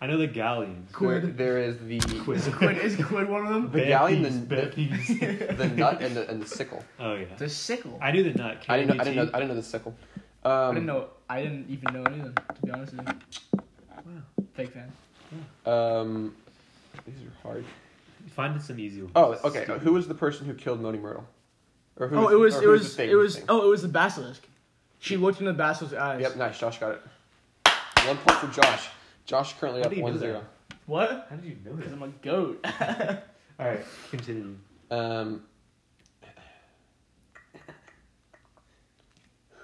Speaker 1: I know the galleons.
Speaker 2: There,
Speaker 4: Quid.
Speaker 2: there is the
Speaker 1: [LAUGHS] Quiz.
Speaker 4: Quid is Quid one of [LAUGHS] them?
Speaker 2: the galleon, the,
Speaker 1: Bet
Speaker 2: the,
Speaker 1: thieves.
Speaker 2: [LAUGHS] the nut, and the and the sickle.
Speaker 1: Oh yeah.
Speaker 4: The sickle. I,
Speaker 1: I knew the nut.
Speaker 2: I didn't know.
Speaker 1: KWT.
Speaker 2: I didn't know. I didn't know the sickle. Um,
Speaker 4: didn't know. I didn't even know any of them. To be honest with you. Fake fan.
Speaker 2: Um, these are hard.
Speaker 1: Find some easy ones.
Speaker 2: Oh, okay. Who was the person who killed Moni Myrtle? Or who's,
Speaker 4: Oh, it was
Speaker 2: or who's
Speaker 4: it
Speaker 2: the
Speaker 4: was
Speaker 2: favorite
Speaker 4: it was
Speaker 2: thing?
Speaker 4: oh it was the basilisk. She looked in the basilisk's eyes.
Speaker 2: Yep, nice. Josh got it. One point for Josh. Josh currently
Speaker 1: How
Speaker 2: up
Speaker 1: do you do
Speaker 2: 1 0.
Speaker 4: What?
Speaker 1: How did you know
Speaker 4: Because
Speaker 1: that?
Speaker 4: I'm a goat. [LAUGHS]
Speaker 1: All right, continue.
Speaker 2: Um,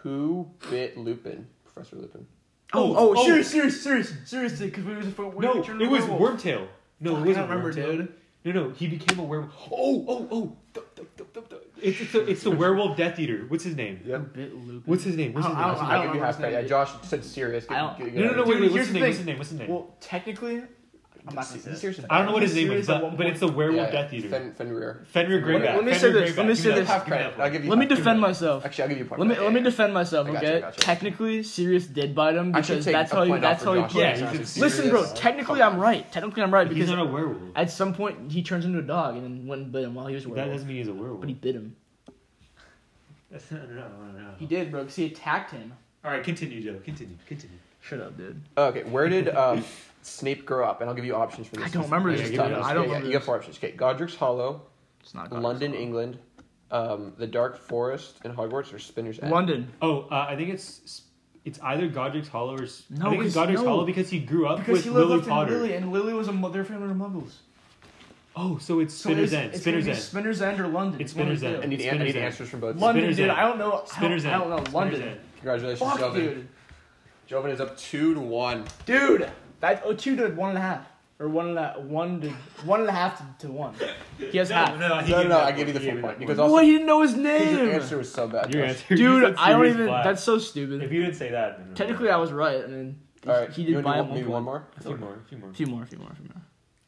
Speaker 2: who bit Lupin? Professor Lupin.
Speaker 4: Oh,
Speaker 1: Oh,
Speaker 4: oh,
Speaker 1: oh.
Speaker 4: serious, serious, serious, seriously, because we was we were
Speaker 1: No,
Speaker 4: turning
Speaker 1: it was
Speaker 4: werewolf.
Speaker 1: Wormtail. No,
Speaker 4: Fuck,
Speaker 1: it
Speaker 4: I
Speaker 1: wasn't
Speaker 4: don't remember,
Speaker 1: Wormtail.
Speaker 4: dude.
Speaker 1: No, no, he became a werewolf. Oh, oh, oh! The- the- the- the- the- It's it's the, it's the werewolf Death Eater. What's his name?
Speaker 2: Yep.
Speaker 4: Bit loopy.
Speaker 1: What's his name? What's his
Speaker 4: I don't-
Speaker 1: name?
Speaker 4: I
Speaker 2: I'll give you
Speaker 4: remember
Speaker 2: half
Speaker 4: his name.
Speaker 2: credit. Yeah, Josh said serious. Get-
Speaker 4: I don't-
Speaker 2: get- get
Speaker 1: No, no,
Speaker 2: out
Speaker 1: no,
Speaker 2: of
Speaker 1: wait, wait.
Speaker 2: here.
Speaker 4: here's
Speaker 1: What's his
Speaker 4: the
Speaker 1: name? What's
Speaker 4: thing.
Speaker 1: his name? What's his name?
Speaker 4: Well, technically, I'm not gonna say
Speaker 2: He's
Speaker 4: this.
Speaker 2: serious as
Speaker 1: I don't know what his
Speaker 4: he's
Speaker 1: name is,
Speaker 4: serious at
Speaker 1: but,
Speaker 4: one
Speaker 1: but
Speaker 4: point.
Speaker 1: it's the werewolf
Speaker 2: Yeah,
Speaker 1: Death Eater.
Speaker 2: Fen- Fenrir.
Speaker 1: Fenrir Greyback.
Speaker 4: let me say
Speaker 1: Fenrir
Speaker 4: this,
Speaker 1: Greyback.
Speaker 4: let me
Speaker 1: Give
Speaker 4: say
Speaker 1: that-
Speaker 4: this.
Speaker 1: give
Speaker 2: Half
Speaker 1: that
Speaker 2: credit.
Speaker 1: one.
Speaker 2: I'll give you
Speaker 4: Let me
Speaker 2: half
Speaker 4: defend
Speaker 2: credit.
Speaker 4: myself.
Speaker 2: Actually, I'll give you a point.
Speaker 4: Let me
Speaker 2: Yeah,
Speaker 4: let me
Speaker 2: yeah,
Speaker 4: defend myself.
Speaker 2: I got you,
Speaker 4: Okay,
Speaker 2: I got you.
Speaker 4: technically, serious did bite him
Speaker 2: I should
Speaker 4: because
Speaker 2: take
Speaker 4: that's
Speaker 2: a
Speaker 4: how he
Speaker 2: point off
Speaker 4: that's
Speaker 2: for
Speaker 4: how he
Speaker 2: Josh.
Speaker 1: Yeah,
Speaker 4: plays.
Speaker 1: he's
Speaker 2: Josh
Speaker 1: a
Speaker 2: is
Speaker 1: serious-
Speaker 4: Listen, bro.
Speaker 2: serious.
Speaker 4: Technically,
Speaker 2: Come on.
Speaker 4: I'm right. Technically, I'm right
Speaker 1: He's
Speaker 4: because
Speaker 1: not a werewolf.
Speaker 4: at some point he turns into a dog and then went and bit him while he was
Speaker 1: That
Speaker 4: werewolf.
Speaker 1: doesn't mean he's a werewolf.
Speaker 4: But he bit him.
Speaker 1: That's not, no, no, no, no.
Speaker 4: He did, bro, because he attacked him.
Speaker 1: All right, continue, Joe. Continue. Continue.
Speaker 4: Shut up, dude.
Speaker 2: Okay, where did um, Snape grow up? And I'll give you options for this.
Speaker 4: I don't remember
Speaker 1: Yeah,
Speaker 4: this.
Speaker 1: give
Speaker 4: time.
Speaker 1: it up.
Speaker 4: I don't
Speaker 2: Yeah, yeah,
Speaker 4: remember.
Speaker 2: You got
Speaker 4: this.
Speaker 2: four options. Okay, Godric's Hollow,
Speaker 4: It's not Godric's
Speaker 2: London,
Speaker 4: Hollow.
Speaker 2: England, um, the Dark Forest, and Hogwarts, or Spinner's End.
Speaker 4: London.
Speaker 1: Oh, uh, I think it's it's either Godric's Hollow or s-
Speaker 4: No,
Speaker 1: I think it's
Speaker 4: it's-
Speaker 1: Godric's
Speaker 4: no.
Speaker 1: Hollow because he grew up
Speaker 4: Because
Speaker 1: with
Speaker 4: he lived
Speaker 1: Lily
Speaker 4: with
Speaker 1: Potter.
Speaker 4: Lily, and Lily was a mother family of Muggles.
Speaker 1: Oh, so it's Spinner's
Speaker 4: it's,
Speaker 1: End.
Speaker 4: It's
Speaker 1: Spinner's
Speaker 4: gonna
Speaker 1: End.
Speaker 4: be Spinner's End or London.
Speaker 1: It's
Speaker 4: It's one of
Speaker 1: Spinner's
Speaker 4: the
Speaker 2: I
Speaker 1: End.
Speaker 4: two.
Speaker 2: need, an- I
Speaker 1: Spinner's
Speaker 2: need
Speaker 1: End.
Speaker 2: answers from both.
Speaker 4: London,
Speaker 1: Spinner's
Speaker 4: dude.
Speaker 1: End.
Speaker 4: I don't know.
Speaker 1: Spinner's
Speaker 4: I
Speaker 1: End.
Speaker 4: don't, I don't know.
Speaker 1: Spinner's
Speaker 4: London.
Speaker 1: End.
Speaker 2: Congratulations,
Speaker 4: Fuck,
Speaker 2: Jovan.
Speaker 4: dude.
Speaker 2: Jovan is up two to one.
Speaker 4: Dude, that oh two to one and a half, or one and a one to one and a half to, to one. He has half.
Speaker 1: No, he
Speaker 2: No,
Speaker 1: gave
Speaker 2: no,
Speaker 1: that
Speaker 2: I give you the
Speaker 1: He
Speaker 2: full
Speaker 1: gave it that
Speaker 2: point, because
Speaker 1: one.
Speaker 2: also-
Speaker 4: Boy, you didn't know his
Speaker 2: Your
Speaker 4: name,
Speaker 2: answer was so bad.
Speaker 1: your
Speaker 2: Josh.
Speaker 1: answer, you
Speaker 4: dude.
Speaker 1: said
Speaker 4: I don't
Speaker 1: serious
Speaker 4: even.
Speaker 1: black.
Speaker 4: That's so
Speaker 1: if
Speaker 4: stupid.
Speaker 1: you didn't say that. then-
Speaker 4: Technically, I was right, and then he,
Speaker 2: All right,
Speaker 4: he
Speaker 2: you
Speaker 4: did
Speaker 2: wanna
Speaker 4: buy
Speaker 2: do
Speaker 4: him
Speaker 2: maybe one
Speaker 4: one point.
Speaker 2: more.
Speaker 1: A few more, a few more,
Speaker 4: A few more, a few more, a few more.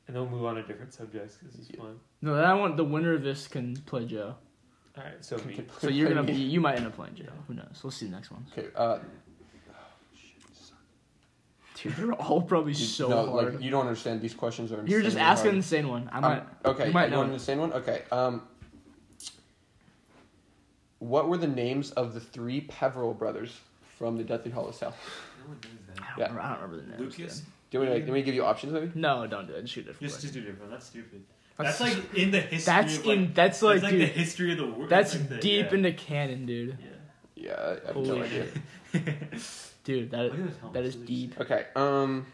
Speaker 1: and then we'll move on to different subjects because it's fun.
Speaker 4: No, then I want the winner of this can play Joe.
Speaker 1: All right, so me.
Speaker 4: So you're
Speaker 2: [LAUGHS]
Speaker 4: gonna be, you might end up playing Joe. Who knows? We'll see the next one.
Speaker 2: Okay, uh,
Speaker 4: Dude, they're all probably
Speaker 2: you-
Speaker 4: so
Speaker 2: no,
Speaker 4: hard.
Speaker 2: like you don't understand. These questions are.
Speaker 4: You're just
Speaker 2: insanely
Speaker 4: asking an
Speaker 2: hard.
Speaker 4: insane one. I
Speaker 2: Um,
Speaker 4: might.
Speaker 2: okay,
Speaker 4: you
Speaker 2: you
Speaker 4: might know
Speaker 2: want
Speaker 4: it.
Speaker 2: to understand one? Okay. Um, what were the names of the three Peveril brothers from the Deathly Hollow cell?
Speaker 4: I don't,
Speaker 2: yeah.
Speaker 4: remember, I don't remember the name.
Speaker 1: Lucas.
Speaker 2: Do we like, let me give you options, maybe?
Speaker 4: No, don't do it. Just shoot it.
Speaker 1: Just
Speaker 4: Just,
Speaker 1: to do different. That's stupid.
Speaker 4: That's-
Speaker 1: That's, like in the history.
Speaker 4: that's
Speaker 1: of like,
Speaker 4: in. That's like,
Speaker 1: that's like the
Speaker 4: dude.
Speaker 1: history of the world.
Speaker 4: that's
Speaker 1: like the-
Speaker 4: deep
Speaker 1: yeah.
Speaker 4: into canon, dude.
Speaker 1: Yeah.
Speaker 2: Yeah, I, I have
Speaker 4: Holy
Speaker 2: no idea.
Speaker 4: Dude, that
Speaker 1: Look at those helmets.
Speaker 4: that is
Speaker 1: Those are
Speaker 4: deep.
Speaker 2: Okay. Um,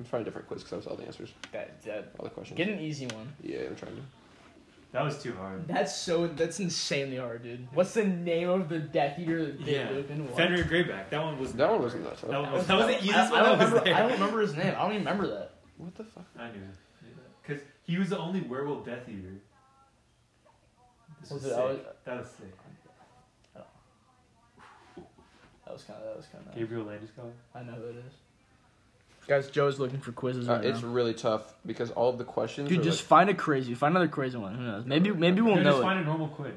Speaker 2: I'm trying a different quiz because that was all the answers,
Speaker 4: That, that,
Speaker 2: all the questions.
Speaker 4: get an easy one.
Speaker 2: yeah, I'm trying to.
Speaker 1: That was too hard.
Speaker 4: That's so. That's insanely hard, dude. What's the name of the Death Eater? That
Speaker 1: Yeah. Fenrir Greyback. That one was.
Speaker 2: That one wasn't that tough.
Speaker 1: That one was, that was the easiest
Speaker 4: I,
Speaker 1: one
Speaker 4: I
Speaker 1: that
Speaker 4: don't
Speaker 1: was
Speaker 4: remember,
Speaker 1: there.
Speaker 4: I don't remember his name. I don't even remember that.
Speaker 2: What the fuck?
Speaker 1: I knew Because he was the only werewolf Death Eater. This
Speaker 4: Was
Speaker 1: was
Speaker 4: it-
Speaker 1: sick.
Speaker 4: I was-
Speaker 1: that was sick.
Speaker 4: That was kind of. That was kind of.
Speaker 1: Gabriel Landeskog.
Speaker 4: I know who it is. Guys, Joe's looking for quizzes
Speaker 2: Uh,
Speaker 4: right
Speaker 2: it's
Speaker 4: now.
Speaker 2: really tough because all of the questions.
Speaker 4: Dude,
Speaker 2: are
Speaker 4: just
Speaker 2: like,
Speaker 4: find a crazy. Find another crazy one. Who knows? Maybe maybe we'll
Speaker 1: Dude,
Speaker 4: know
Speaker 1: just
Speaker 4: it.
Speaker 1: find a normal quiz.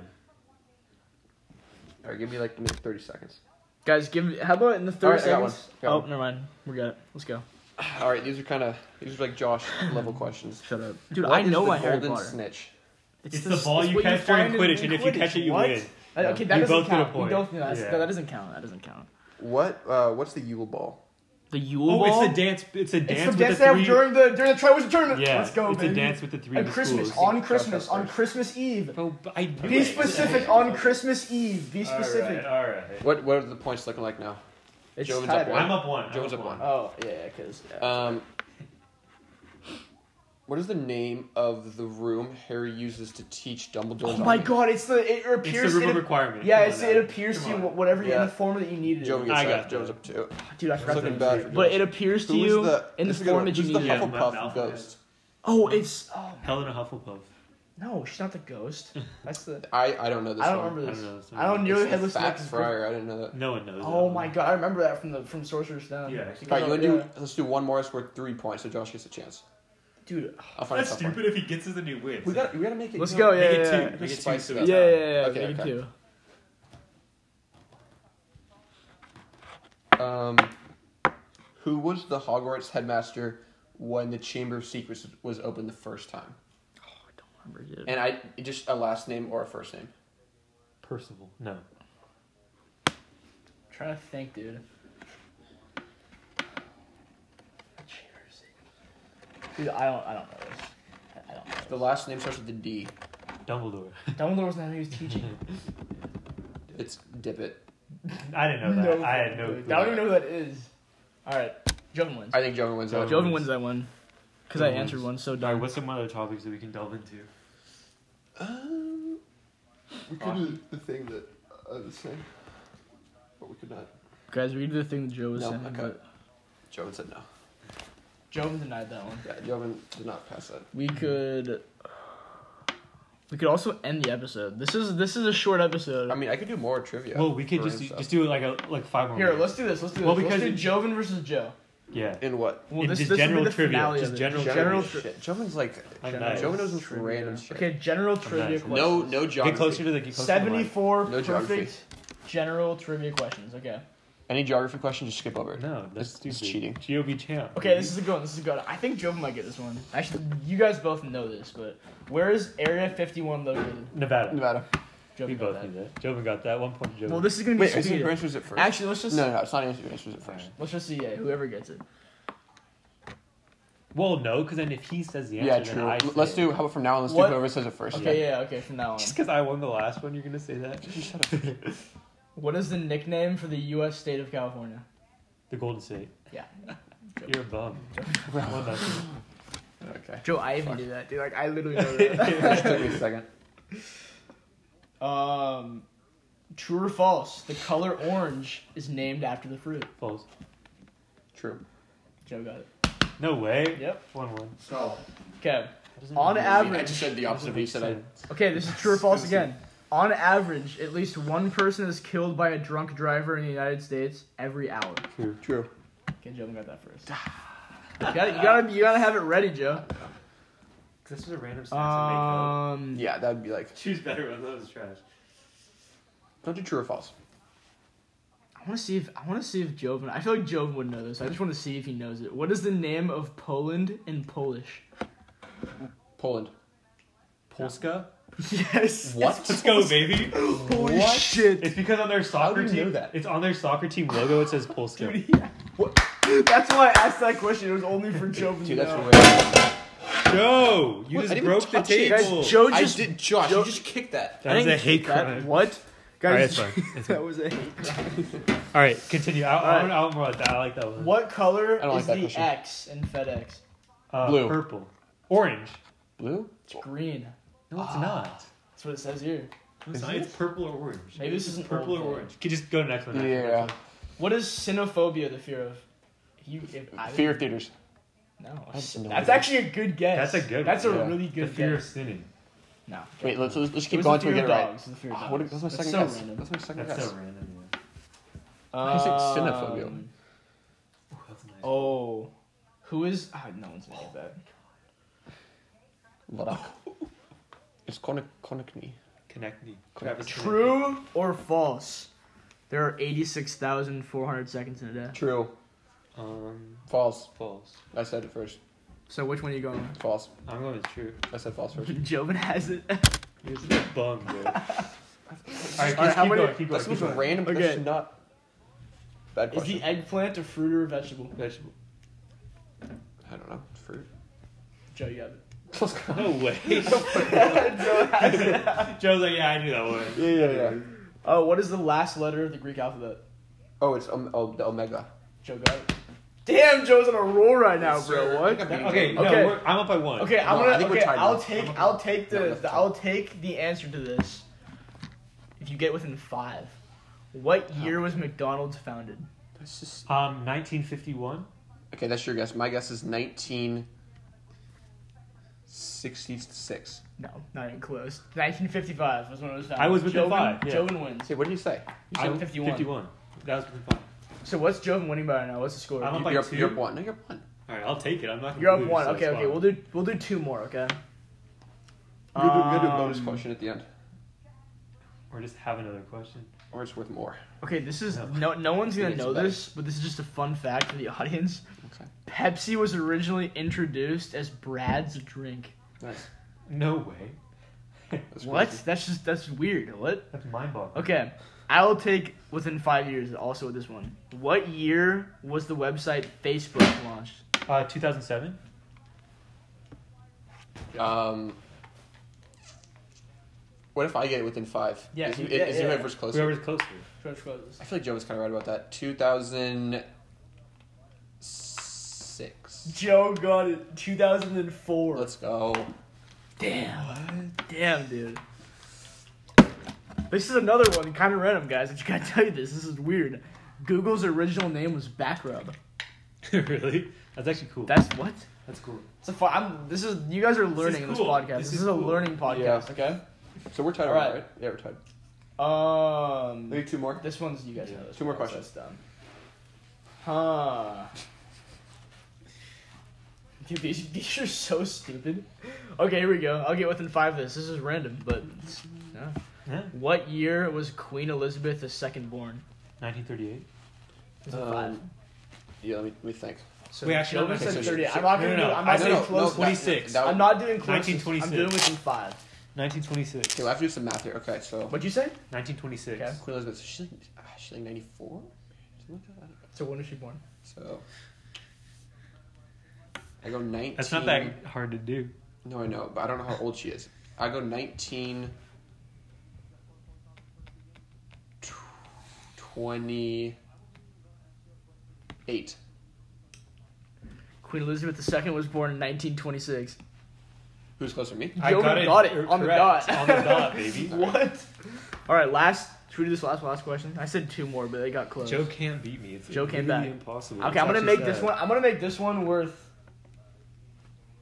Speaker 2: all right, give me like maybe 30 seconds. [SIGHS]
Speaker 4: Guys, give. How about in the
Speaker 2: All
Speaker 4: third
Speaker 2: right, I got one.
Speaker 4: seconds?
Speaker 2: Got
Speaker 4: Oh,
Speaker 2: one.
Speaker 4: never mind. We got it. Let's go.
Speaker 2: All right, these are kind of these are like Josh level questions.
Speaker 4: Shut up, dude.
Speaker 2: What
Speaker 4: I
Speaker 2: is
Speaker 4: know
Speaker 2: the
Speaker 4: my Harry
Speaker 2: golden
Speaker 4: Potter.
Speaker 2: snitch.
Speaker 1: It's, the, ball
Speaker 4: it's
Speaker 1: you
Speaker 4: what
Speaker 1: catch during
Speaker 4: find in-
Speaker 1: Quidditch,
Speaker 4: in
Speaker 1: and if you catch it, you
Speaker 4: What?
Speaker 1: win.
Speaker 4: That-
Speaker 2: Yeah.
Speaker 4: Okay, that
Speaker 1: You
Speaker 4: doesn't
Speaker 1: both get a
Speaker 4: count.
Speaker 1: point.
Speaker 4: We both know that's,
Speaker 1: Yeah.
Speaker 4: that doesn't count. That doesn't count.
Speaker 2: What? Uh, what's the Yule ball?
Speaker 4: The Yule
Speaker 1: Oh,
Speaker 4: Ball.
Speaker 1: it's the dance. It's a dance
Speaker 4: it's the
Speaker 1: with
Speaker 4: dance
Speaker 1: the
Speaker 4: they
Speaker 1: three.
Speaker 4: have during the during the Triwizard Tournament.
Speaker 1: yeah,
Speaker 4: Let's go,
Speaker 1: It's
Speaker 4: baby.
Speaker 1: a dance with the three.
Speaker 4: At
Speaker 1: of the
Speaker 4: Christmas,
Speaker 1: schools.
Speaker 4: on Christmas, on Christmas Eve.
Speaker 1: Oh, but I knew
Speaker 4: Be
Speaker 1: it.
Speaker 4: specific on Christmas Eve. Be specific.
Speaker 1: All right. All right.
Speaker 2: What What are the points looking like now?
Speaker 4: It's
Speaker 2: Joven's
Speaker 4: tied,
Speaker 2: up
Speaker 4: right?
Speaker 1: I'm up one. I'm
Speaker 2: Joe's up one.
Speaker 4: Oh yeah, because
Speaker 2: Um, what is the name of the room Harry uses to teach Dumbledore's
Speaker 4: oh my
Speaker 2: army?
Speaker 4: God, it's the it
Speaker 1: It's
Speaker 4: appears.
Speaker 1: the room
Speaker 4: it,
Speaker 1: of requirement.
Speaker 4: yeah,
Speaker 1: Come
Speaker 4: it's,
Speaker 1: on
Speaker 4: it
Speaker 1: now.
Speaker 4: appears to
Speaker 1: Come
Speaker 4: you
Speaker 1: on.
Speaker 4: whatever
Speaker 2: Yeah.
Speaker 4: in the form that you needed.
Speaker 2: Jovan
Speaker 1: I got
Speaker 2: gets that. Joe's up two.
Speaker 4: Dude, I forgot
Speaker 2: looking
Speaker 4: the
Speaker 2: bad
Speaker 4: name.
Speaker 2: for
Speaker 4: But
Speaker 2: Joe.
Speaker 4: it appears to
Speaker 2: Who is
Speaker 4: you
Speaker 2: the
Speaker 4: in the
Speaker 2: this is a good
Speaker 4: form
Speaker 2: one.
Speaker 4: that you
Speaker 2: Who's the
Speaker 4: needed.
Speaker 1: Yeah,
Speaker 4: it.
Speaker 2: Hufflepuff
Speaker 1: Malfoy.
Speaker 2: ghost?
Speaker 4: Oh, it's oh
Speaker 1: Helena Hufflepuff.
Speaker 4: no, she's not
Speaker 2: [LAUGHS]
Speaker 4: the ghost. That's the
Speaker 2: I, I don't know this
Speaker 4: I don't
Speaker 2: one.
Speaker 1: I
Speaker 4: remember
Speaker 1: don't
Speaker 4: this.
Speaker 1: know. this
Speaker 4: I don't
Speaker 1: one.
Speaker 4: know
Speaker 2: It's the
Speaker 4: headless
Speaker 2: Fat
Speaker 4: neck is-
Speaker 2: Friar. I didn't know
Speaker 4: [LAUGHS]
Speaker 2: that.
Speaker 1: No one knows. that
Speaker 4: Oh
Speaker 1: one.
Speaker 4: my god, I remember that from the from Sorcerer's Stone.
Speaker 1: Yeah.
Speaker 2: All right, you wanna do, let's do one more. I scored three points, so Josh gets a chance.
Speaker 4: dude.
Speaker 2: I'll find
Speaker 1: That's
Speaker 2: a tough one.
Speaker 1: stupid if he gets us a new win.
Speaker 2: We got we gotta make it.
Speaker 4: Let's
Speaker 2: you
Speaker 4: go.
Speaker 2: know,
Speaker 4: Yeah,
Speaker 1: Make
Speaker 4: yeah,
Speaker 1: it
Speaker 4: yeah.
Speaker 1: two. Make it two.
Speaker 2: Spice
Speaker 1: So
Speaker 2: it
Speaker 4: Yeah, [SIGHS]
Speaker 2: up.
Speaker 1: it's-
Speaker 4: yeah, yeah.
Speaker 2: Okay,
Speaker 4: Make it
Speaker 2: okay.
Speaker 4: two.
Speaker 2: Um, who was the Hogwarts headmaster when the Chamber of Secrets was opened the first time?
Speaker 4: Oh, I don't remember, dude.
Speaker 2: And I just a last name or a first name.
Speaker 1: Percival. No.
Speaker 4: I'm trying to think, dude. Dude, I don't, I don't know this. I- I don't know.
Speaker 2: The last name starts with a D.
Speaker 1: Dumbledore.
Speaker 4: Dumbledore was not who
Speaker 1: [LAUGHS]
Speaker 4: he was teaching.
Speaker 2: It's Dippet.
Speaker 1: I didn't know that. I had no
Speaker 4: clue.
Speaker 1: clue.
Speaker 4: I don't even know who that is. All right, Joven wins.
Speaker 2: I think Jovan wins that.
Speaker 4: Joven wins that one because I
Speaker 2: Jovan
Speaker 4: answered
Speaker 2: wins.
Speaker 4: one so
Speaker 1: All right,
Speaker 4: dumb.
Speaker 1: what's some other topics that we can delve into?
Speaker 2: Um, we could do the thing that I was saying, but we could not.
Speaker 4: Guys, read the thing that Joe was
Speaker 2: No,
Speaker 4: saying.
Speaker 2: okay.
Speaker 4: but
Speaker 2: Jovan said no.
Speaker 4: Joven denied that one.
Speaker 2: Yeah, Jovan did not pass that.
Speaker 4: We could. We could also end the episode. This is this is a short episode.
Speaker 2: I mean, I could do more trivia.
Speaker 1: well, we could
Speaker 2: for
Speaker 1: just
Speaker 2: him
Speaker 1: do,
Speaker 2: stuff.
Speaker 1: just do like a like five more.
Speaker 4: Here,
Speaker 1: minutes.
Speaker 4: let's do this. Let's do this.
Speaker 1: Well,
Speaker 4: let's
Speaker 1: because
Speaker 4: do
Speaker 1: it-
Speaker 4: Joven versus Joe.
Speaker 1: Yeah.
Speaker 2: in what?
Speaker 4: Well,
Speaker 1: And
Speaker 4: this,
Speaker 1: just
Speaker 4: this
Speaker 1: general
Speaker 4: will be the
Speaker 1: trivia,
Speaker 4: finale
Speaker 1: just
Speaker 4: of it.
Speaker 1: general
Speaker 4: general
Speaker 2: Jovan-
Speaker 4: tri-
Speaker 2: shit. Jovan's like
Speaker 1: I'm
Speaker 4: general
Speaker 1: nice.
Speaker 2: Jovan knows some
Speaker 4: trivia.
Speaker 2: random shit.
Speaker 4: Okay, general trivia
Speaker 1: nice.
Speaker 4: questions.
Speaker 2: no, no geography.
Speaker 1: Get closer to the get closer to the mic.
Speaker 4: Seventy-four
Speaker 2: No geography.
Speaker 4: perfect general trivia questions. Okay.
Speaker 2: Any geography question, just skip over.
Speaker 1: No, that's
Speaker 2: It's- it's
Speaker 1: stupid. Gov champ.
Speaker 4: Okay, this is a good one. This is a good one. I think Joven might get this one. Actually, you guys both know this, but where is Area 51 located?
Speaker 1: Nevada.
Speaker 2: Nevada.
Speaker 1: We
Speaker 4: Joven got
Speaker 1: both
Speaker 4: that.
Speaker 1: knew that. Jovan got that. One point to Jovan.
Speaker 4: Well, this is gonna be
Speaker 2: Wait, I think
Speaker 4: speed.
Speaker 2: who answers it first?
Speaker 4: Actually, let's just
Speaker 2: no, no, no, it's not answers. Who answers it first?
Speaker 4: let's just see. Yeah, whoever gets it.
Speaker 1: well, no, because then if he says the answer,
Speaker 2: Yeah,
Speaker 1: then
Speaker 2: true.
Speaker 1: I
Speaker 2: L-
Speaker 1: say
Speaker 2: Let's
Speaker 1: it. [LAUGHS]
Speaker 2: do. How about from now on? Let's
Speaker 4: What?
Speaker 2: do whoever says it first.
Speaker 4: Okay, yeah, okay, from now on.
Speaker 1: Just because I won the last one, you're gonna say that?
Speaker 2: Shut
Speaker 4: What is the nickname for the U.S. state of California?
Speaker 1: [LAUGHS] the Golden State.
Speaker 4: Yeah.
Speaker 1: [LAUGHS] You're a bum. Well, that's-
Speaker 2: up.
Speaker 4: [LAUGHS]
Speaker 2: Okay.
Speaker 4: Joe, I even do that, dude. Like, I literally know that.
Speaker 2: Just took me a second.
Speaker 4: [LAUGHS] um, true or false? The color orange is named after the fruit.
Speaker 1: False.
Speaker 2: True.
Speaker 4: Joe got it.
Speaker 1: No way.
Speaker 4: Yep.
Speaker 1: One one.
Speaker 2: So
Speaker 4: Okay.
Speaker 1: That doesn't
Speaker 4: On
Speaker 1: make-
Speaker 4: average,
Speaker 2: I just said the opposite of you said. I,
Speaker 4: Okay, this is true or false again. On average, at least one person is killed by a drunk driver in the United States every hour.
Speaker 2: True.
Speaker 4: Okay, Joe got that first. You gotta, you gotta, you gotta have it ready, Joe.
Speaker 1: This is a random stats and make
Speaker 4: Um,
Speaker 2: Yeah, that'd be like.
Speaker 1: up. Choose better one. That was trash.
Speaker 2: Don't do true or false.
Speaker 4: I want to see if I want to see if Jovan. I feel like Jovan would know this. I just want to see if he knows it. What is the name of Poland in Polish?
Speaker 2: Poland.
Speaker 1: Polska.
Speaker 4: [LAUGHS]
Speaker 1: [LAUGHS]
Speaker 4: yes.
Speaker 1: Let's go, baby.
Speaker 4: Holy shit!
Speaker 1: It's because on their soccer
Speaker 2: do you
Speaker 1: team.
Speaker 2: know that?
Speaker 1: It's on their soccer team logo. It says Polska.
Speaker 4: [LAUGHS] That's why I asked that question. It was only for Jovan.
Speaker 2: Dude,
Speaker 4: to
Speaker 2: that's
Speaker 4: know.
Speaker 2: way.
Speaker 1: Joe, you
Speaker 2: What? I
Speaker 1: just
Speaker 2: didn't
Speaker 1: broke the
Speaker 2: touch it.
Speaker 1: table.
Speaker 4: Guys, Joe
Speaker 2: I
Speaker 4: just
Speaker 2: did, Josh.
Speaker 4: Joe-
Speaker 2: you just kicked that.
Speaker 1: that was
Speaker 4: I
Speaker 1: a
Speaker 4: didn't
Speaker 1: hate
Speaker 4: get that.
Speaker 1: crime.
Speaker 4: What? Guys,
Speaker 1: Alright, it's fine.
Speaker 4: [LAUGHS]
Speaker 1: It's
Speaker 4: that was a hate crime.
Speaker 1: All right, continue. I, I,
Speaker 4: All
Speaker 1: want- I, want more of that. I like that one.
Speaker 4: What color
Speaker 2: don't like
Speaker 4: is
Speaker 2: that
Speaker 4: the
Speaker 2: question.
Speaker 4: X in FedEx?
Speaker 1: Uh,
Speaker 2: Blue.
Speaker 1: Purple. Orange. Ah.
Speaker 2: Blue.
Speaker 4: It's green.
Speaker 1: No, it's not.
Speaker 4: That's what it says here.
Speaker 1: No,
Speaker 2: Is
Speaker 1: it's not.
Speaker 2: it?
Speaker 1: It's purple or orange.
Speaker 4: Maybe this is an
Speaker 1: purple
Speaker 4: old
Speaker 1: or
Speaker 4: thing.
Speaker 1: orange. Could just go to the next one.
Speaker 2: Yeah.
Speaker 1: next one, next
Speaker 4: What is xenophobia, the fear of? You, if I,
Speaker 2: Fear of theaters.
Speaker 4: No.
Speaker 2: I have no
Speaker 4: That's
Speaker 2: idea.
Speaker 4: actually a good guess.
Speaker 1: That's a good
Speaker 4: That's a
Speaker 1: one.
Speaker 2: Yeah.
Speaker 4: really
Speaker 1: one.
Speaker 4: good
Speaker 1: The fear of
Speaker 4: guess.
Speaker 1: sinning.
Speaker 4: No.
Speaker 2: Wait, let's let's, let's
Speaker 4: It
Speaker 2: keep
Speaker 4: was
Speaker 2: going
Speaker 4: the
Speaker 2: till we
Speaker 4: fear
Speaker 2: get
Speaker 4: of
Speaker 2: it right.
Speaker 4: dogs, it was the fear of
Speaker 2: Ah,
Speaker 4: dogs.
Speaker 2: what, that's my second
Speaker 4: so
Speaker 2: guess.
Speaker 4: random.
Speaker 2: That's my second
Speaker 1: That's
Speaker 2: guess.
Speaker 1: so random. Yeah.
Speaker 2: I said xenophobia.
Speaker 4: Um,
Speaker 1: Ooh, that's a nice. one.
Speaker 4: Oh, who is? ah, no one's gonna get that.
Speaker 2: Vladak. [LAUGHS] It's Konik Konikny.
Speaker 1: Connect me.
Speaker 2: Travis
Speaker 4: True or false? There are eighty-six thousand four hundred seconds in a day.
Speaker 2: True.
Speaker 1: Um,
Speaker 2: False.
Speaker 1: false.
Speaker 2: I said it first.
Speaker 4: So which one are you going with?
Speaker 2: False.
Speaker 1: I'm going with true.
Speaker 2: I said false first.
Speaker 4: [LAUGHS] Joven has it.
Speaker 1: You're such a bum, dude. [LAUGHS] All right,
Speaker 4: All right,
Speaker 1: just
Speaker 4: how
Speaker 1: keep
Speaker 4: many-
Speaker 1: going. Keep going.
Speaker 2: That's the
Speaker 1: Keep
Speaker 2: most
Speaker 1: going.
Speaker 2: random.
Speaker 4: Okay.
Speaker 2: That's not bad
Speaker 4: Is
Speaker 2: question.
Speaker 4: the eggplant a fruit or a vegetable?
Speaker 1: Vegetable.
Speaker 2: I don't know. Fruit.
Speaker 4: Joe, you [LAUGHS] have it.
Speaker 2: Let's go.
Speaker 1: No way.
Speaker 4: Joe has it.
Speaker 1: Joe's like, yeah, I knew that one.
Speaker 2: Yeah, yeah, yeah.
Speaker 4: Oh, what is the last letter of the Greek alphabet?
Speaker 2: Oh, it's um, oh, the Omega.
Speaker 4: Joe got it. Damn, Joe's on a roll right now, bro. What?
Speaker 1: Okay, no,
Speaker 4: Okay.
Speaker 1: we're- I'm up by one.
Speaker 4: Okay, I'm
Speaker 2: No, I
Speaker 4: gonna.
Speaker 2: think we're
Speaker 4: Okay,
Speaker 2: tied
Speaker 4: I'll
Speaker 2: now.
Speaker 4: take.
Speaker 1: I'm up
Speaker 4: I'll take
Speaker 2: No,
Speaker 4: the,
Speaker 2: that's
Speaker 4: the.
Speaker 2: fine.
Speaker 4: I'll take the answer to this. If you get within five, what year was McDonald's founded?
Speaker 2: That's just-
Speaker 1: Um, 1951.
Speaker 2: Okay, that's your guess. My guess is 1966.
Speaker 4: No, not even close. 1955 was when it was founded.
Speaker 1: I was within
Speaker 4: Joven-
Speaker 1: five, yeah.
Speaker 4: Joven wins.
Speaker 2: Hey, what did you say?
Speaker 4: said
Speaker 1: I'm
Speaker 4: 51.
Speaker 1: 51. That was within five.
Speaker 4: So what's Joven winning by right now? What's the score?
Speaker 1: I'm up by
Speaker 2: You're up,
Speaker 1: two.
Speaker 2: you're up one. No, you're up one.
Speaker 1: All right, I'll take it. I'm not. Gonna
Speaker 4: You're up
Speaker 1: lose,
Speaker 4: one.
Speaker 1: so
Speaker 4: Okay,
Speaker 1: it's
Speaker 4: okay.
Speaker 1: fine.
Speaker 4: We'll do. We'll do two more. Okay.
Speaker 2: We're gonna do- we're gonna do a bonus
Speaker 4: Um,
Speaker 2: question at the end,
Speaker 1: Or just have another question.
Speaker 2: or it's worth more.
Speaker 4: Okay, this is
Speaker 1: No.
Speaker 4: no. No one's gonna
Speaker 2: It's
Speaker 4: know
Speaker 2: bad.
Speaker 4: this, but this is just a fun fact for the [LAUGHS] audience.
Speaker 2: Okay.
Speaker 4: Pepsi was originally introduced as Brad's drink.
Speaker 2: Nice.
Speaker 1: No way.
Speaker 2: That's
Speaker 4: What?
Speaker 2: crazy.
Speaker 4: That's just that's weird. What?
Speaker 1: That's mind boggling.
Speaker 4: Okay, I'll take within five years. Also, with this one, what year was the website Facebook launched?
Speaker 1: Uh, 2007.
Speaker 2: Um, What if I get it within five?
Speaker 4: Yeah,
Speaker 2: Is,
Speaker 4: you-
Speaker 2: is,
Speaker 4: yeah,
Speaker 2: is
Speaker 4: yeah, yeah.
Speaker 2: whoever's closer?
Speaker 1: Whoever's closer. [LAUGHS]
Speaker 4: Trench closes.
Speaker 2: I feel like Joe was kind of right about that. 2006.
Speaker 4: Joe got it 2004.
Speaker 2: Let's go.
Speaker 4: Damn. Damn, dude. This is another one, kind of random, guys. I just gotta tell you this. This is weird. Google's original name was Backrub.
Speaker 1: really? That's actually cool.
Speaker 4: That's what?
Speaker 1: That's cool.
Speaker 4: It's a fu- I'm, this is you guys are learning in this
Speaker 1: cool.
Speaker 4: podcast. This,
Speaker 1: This
Speaker 4: is,
Speaker 1: is
Speaker 4: a
Speaker 1: cool.
Speaker 4: learning podcast.
Speaker 2: So we're tied
Speaker 4: All
Speaker 2: over, right.
Speaker 4: right.
Speaker 2: Yeah, we're tied.
Speaker 4: Okay. Um.
Speaker 2: We need two more.
Speaker 4: This one's you guys know. This
Speaker 2: Two more
Speaker 4: one, so
Speaker 2: questions.
Speaker 4: that's Dumb. Huh. Dude, these, these are so stupid. Okay, here we go. I'll get within five of this. This is random, but. it's- yeah.
Speaker 1: Yeah.
Speaker 4: What year was Queen Elizabeth II born?
Speaker 1: 1938.
Speaker 4: This is
Speaker 2: Um,
Speaker 4: five.
Speaker 2: Yeah, let me, let me think.
Speaker 4: So
Speaker 1: wait,
Speaker 4: the
Speaker 1: actually,
Speaker 4: children
Speaker 1: okay,
Speaker 4: said
Speaker 2: so-
Speaker 4: 30.
Speaker 1: so-
Speaker 4: I'm not
Speaker 1: no,
Speaker 4: going to
Speaker 1: no,
Speaker 4: do
Speaker 1: no.
Speaker 4: I'm
Speaker 1: I
Speaker 4: not
Speaker 1: know,
Speaker 4: doing
Speaker 1: no,
Speaker 4: close.
Speaker 1: no, 26.
Speaker 2: that-
Speaker 4: I'm not doing close. I'm
Speaker 1: 1926.
Speaker 4: doing within five.
Speaker 1: 1926.
Speaker 2: Okay, we'll have to do some math here. Okay, so.
Speaker 4: What'd you say?
Speaker 1: 1926.
Speaker 4: Okay.
Speaker 2: Queen Elizabeth, so she's like, ah, she's like 94? Something like that? I don't know.
Speaker 4: So when was she born?
Speaker 2: So. I go 19.
Speaker 1: That's not that hard to do.
Speaker 2: No, I know, but I don't know how old she is. I go 19. 28.
Speaker 4: Queen Elizabeth II was born in 1926.
Speaker 2: Who's closer to me?
Speaker 1: I
Speaker 4: Joe
Speaker 1: got it,
Speaker 4: got it
Speaker 1: er,
Speaker 4: on the
Speaker 1: correct.
Speaker 4: dot.
Speaker 1: On the dot, baby.
Speaker 4: [LAUGHS] what? All right, last. Should we do this last last question? I said two more, but they got close.
Speaker 1: Joe can't beat me. It's
Speaker 4: Joe
Speaker 1: literally
Speaker 4: came back.
Speaker 1: impossible.
Speaker 4: okay,
Speaker 1: It's
Speaker 4: I'm gonna
Speaker 1: actually
Speaker 4: make this
Speaker 1: sad.
Speaker 4: one. I'm gonna make this one worth.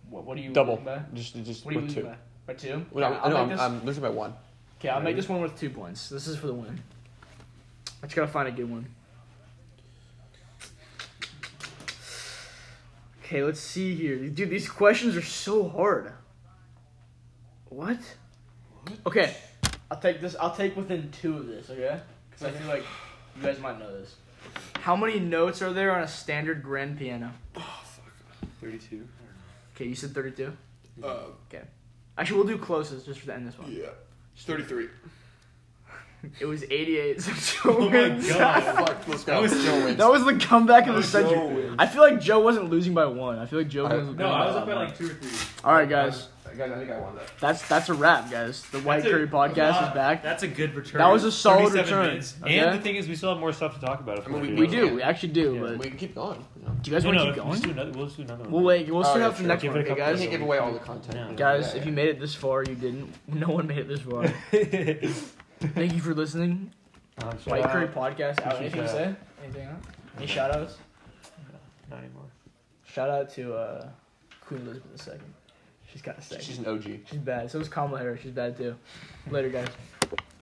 Speaker 4: What? What do you
Speaker 2: Double.
Speaker 4: losing by?
Speaker 2: Just, just
Speaker 4: What do you
Speaker 2: with
Speaker 4: losing
Speaker 2: two.
Speaker 4: by? By two?
Speaker 2: Well,
Speaker 4: Okay,
Speaker 2: no, no,
Speaker 4: make
Speaker 2: I'm,
Speaker 4: this,
Speaker 2: I'm losing by one.
Speaker 4: okay, I'll make this one worth two points. This is for the win. I just gotta find a good one. Okay, let's see here, dude. These questions are so hard. What? Okay, I'll take this. I'll take within two of this. Okay, because I feel like you guys might know this. How many notes are there on a standard grand piano?
Speaker 1: 32.
Speaker 4: Okay, you said 32.
Speaker 2: Uh,
Speaker 4: Actually, we'll do closest just for the end of this one.
Speaker 2: yeah. She's [LAUGHS] 33.
Speaker 4: It was 88. So Joe
Speaker 1: Oh my
Speaker 4: [LAUGHS] wins.
Speaker 1: God.
Speaker 2: Fuck, let's
Speaker 1: That
Speaker 2: go.
Speaker 1: was-
Speaker 2: Joe wins.
Speaker 4: That was the comeback of the
Speaker 1: Oh, Joe
Speaker 4: century.
Speaker 1: wins.
Speaker 4: I feel like Joe wasn't losing by one. I feel like Joe
Speaker 2: I-
Speaker 4: was.
Speaker 1: No, I was up by like two or three.
Speaker 4: All right, guys.
Speaker 2: Guys, I think I won that.
Speaker 4: That's that's a wrap, guys. The White
Speaker 1: That's a-
Speaker 4: Curry podcast
Speaker 1: wow,
Speaker 4: is back.
Speaker 1: That's a good return.
Speaker 4: That was a solid
Speaker 1: 37
Speaker 4: return,
Speaker 1: minutes.
Speaker 4: okay?
Speaker 1: And the thing is, we still have more stuff to talk about. if
Speaker 2: I mean,
Speaker 1: we're
Speaker 2: we-
Speaker 1: doing
Speaker 4: we
Speaker 1: it.
Speaker 4: do. We actually do.
Speaker 1: Yeah.
Speaker 4: But
Speaker 2: We can keep going. You know.
Speaker 4: do you guys
Speaker 1: No,
Speaker 4: want
Speaker 1: no,
Speaker 4: to keep
Speaker 1: We'll just do
Speaker 4: going?
Speaker 1: another, we'll just do another one.
Speaker 4: We'll wait. We'll
Speaker 2: All
Speaker 4: sit
Speaker 2: right,
Speaker 4: up for
Speaker 2: sure.
Speaker 4: the next
Speaker 1: Give
Speaker 4: one.
Speaker 1: it a
Speaker 4: Okay,
Speaker 1: couple
Speaker 2: We
Speaker 4: guys.
Speaker 1: minutes.
Speaker 2: can't give away all the content.
Speaker 1: Yeah.
Speaker 4: Guys,
Speaker 2: Yeah,
Speaker 4: if you
Speaker 2: yeah.
Speaker 4: made it this far, you didn't. No one made it
Speaker 2: [LAUGHS]
Speaker 4: this far. Thank you for listening.
Speaker 1: Um, shout
Speaker 4: White
Speaker 1: out.
Speaker 4: Curry podcast. Out.
Speaker 1: Appreciate
Speaker 4: Anything to
Speaker 1: that.
Speaker 4: say? Anything? Out? Any shout outs?
Speaker 1: Not anymore.
Speaker 4: Shout out to uh, Queen Elizabeth II. She's kind of sick.
Speaker 2: She's an OG.
Speaker 4: She's bad. So is Kamala Harris. She's bad too. Later, guys.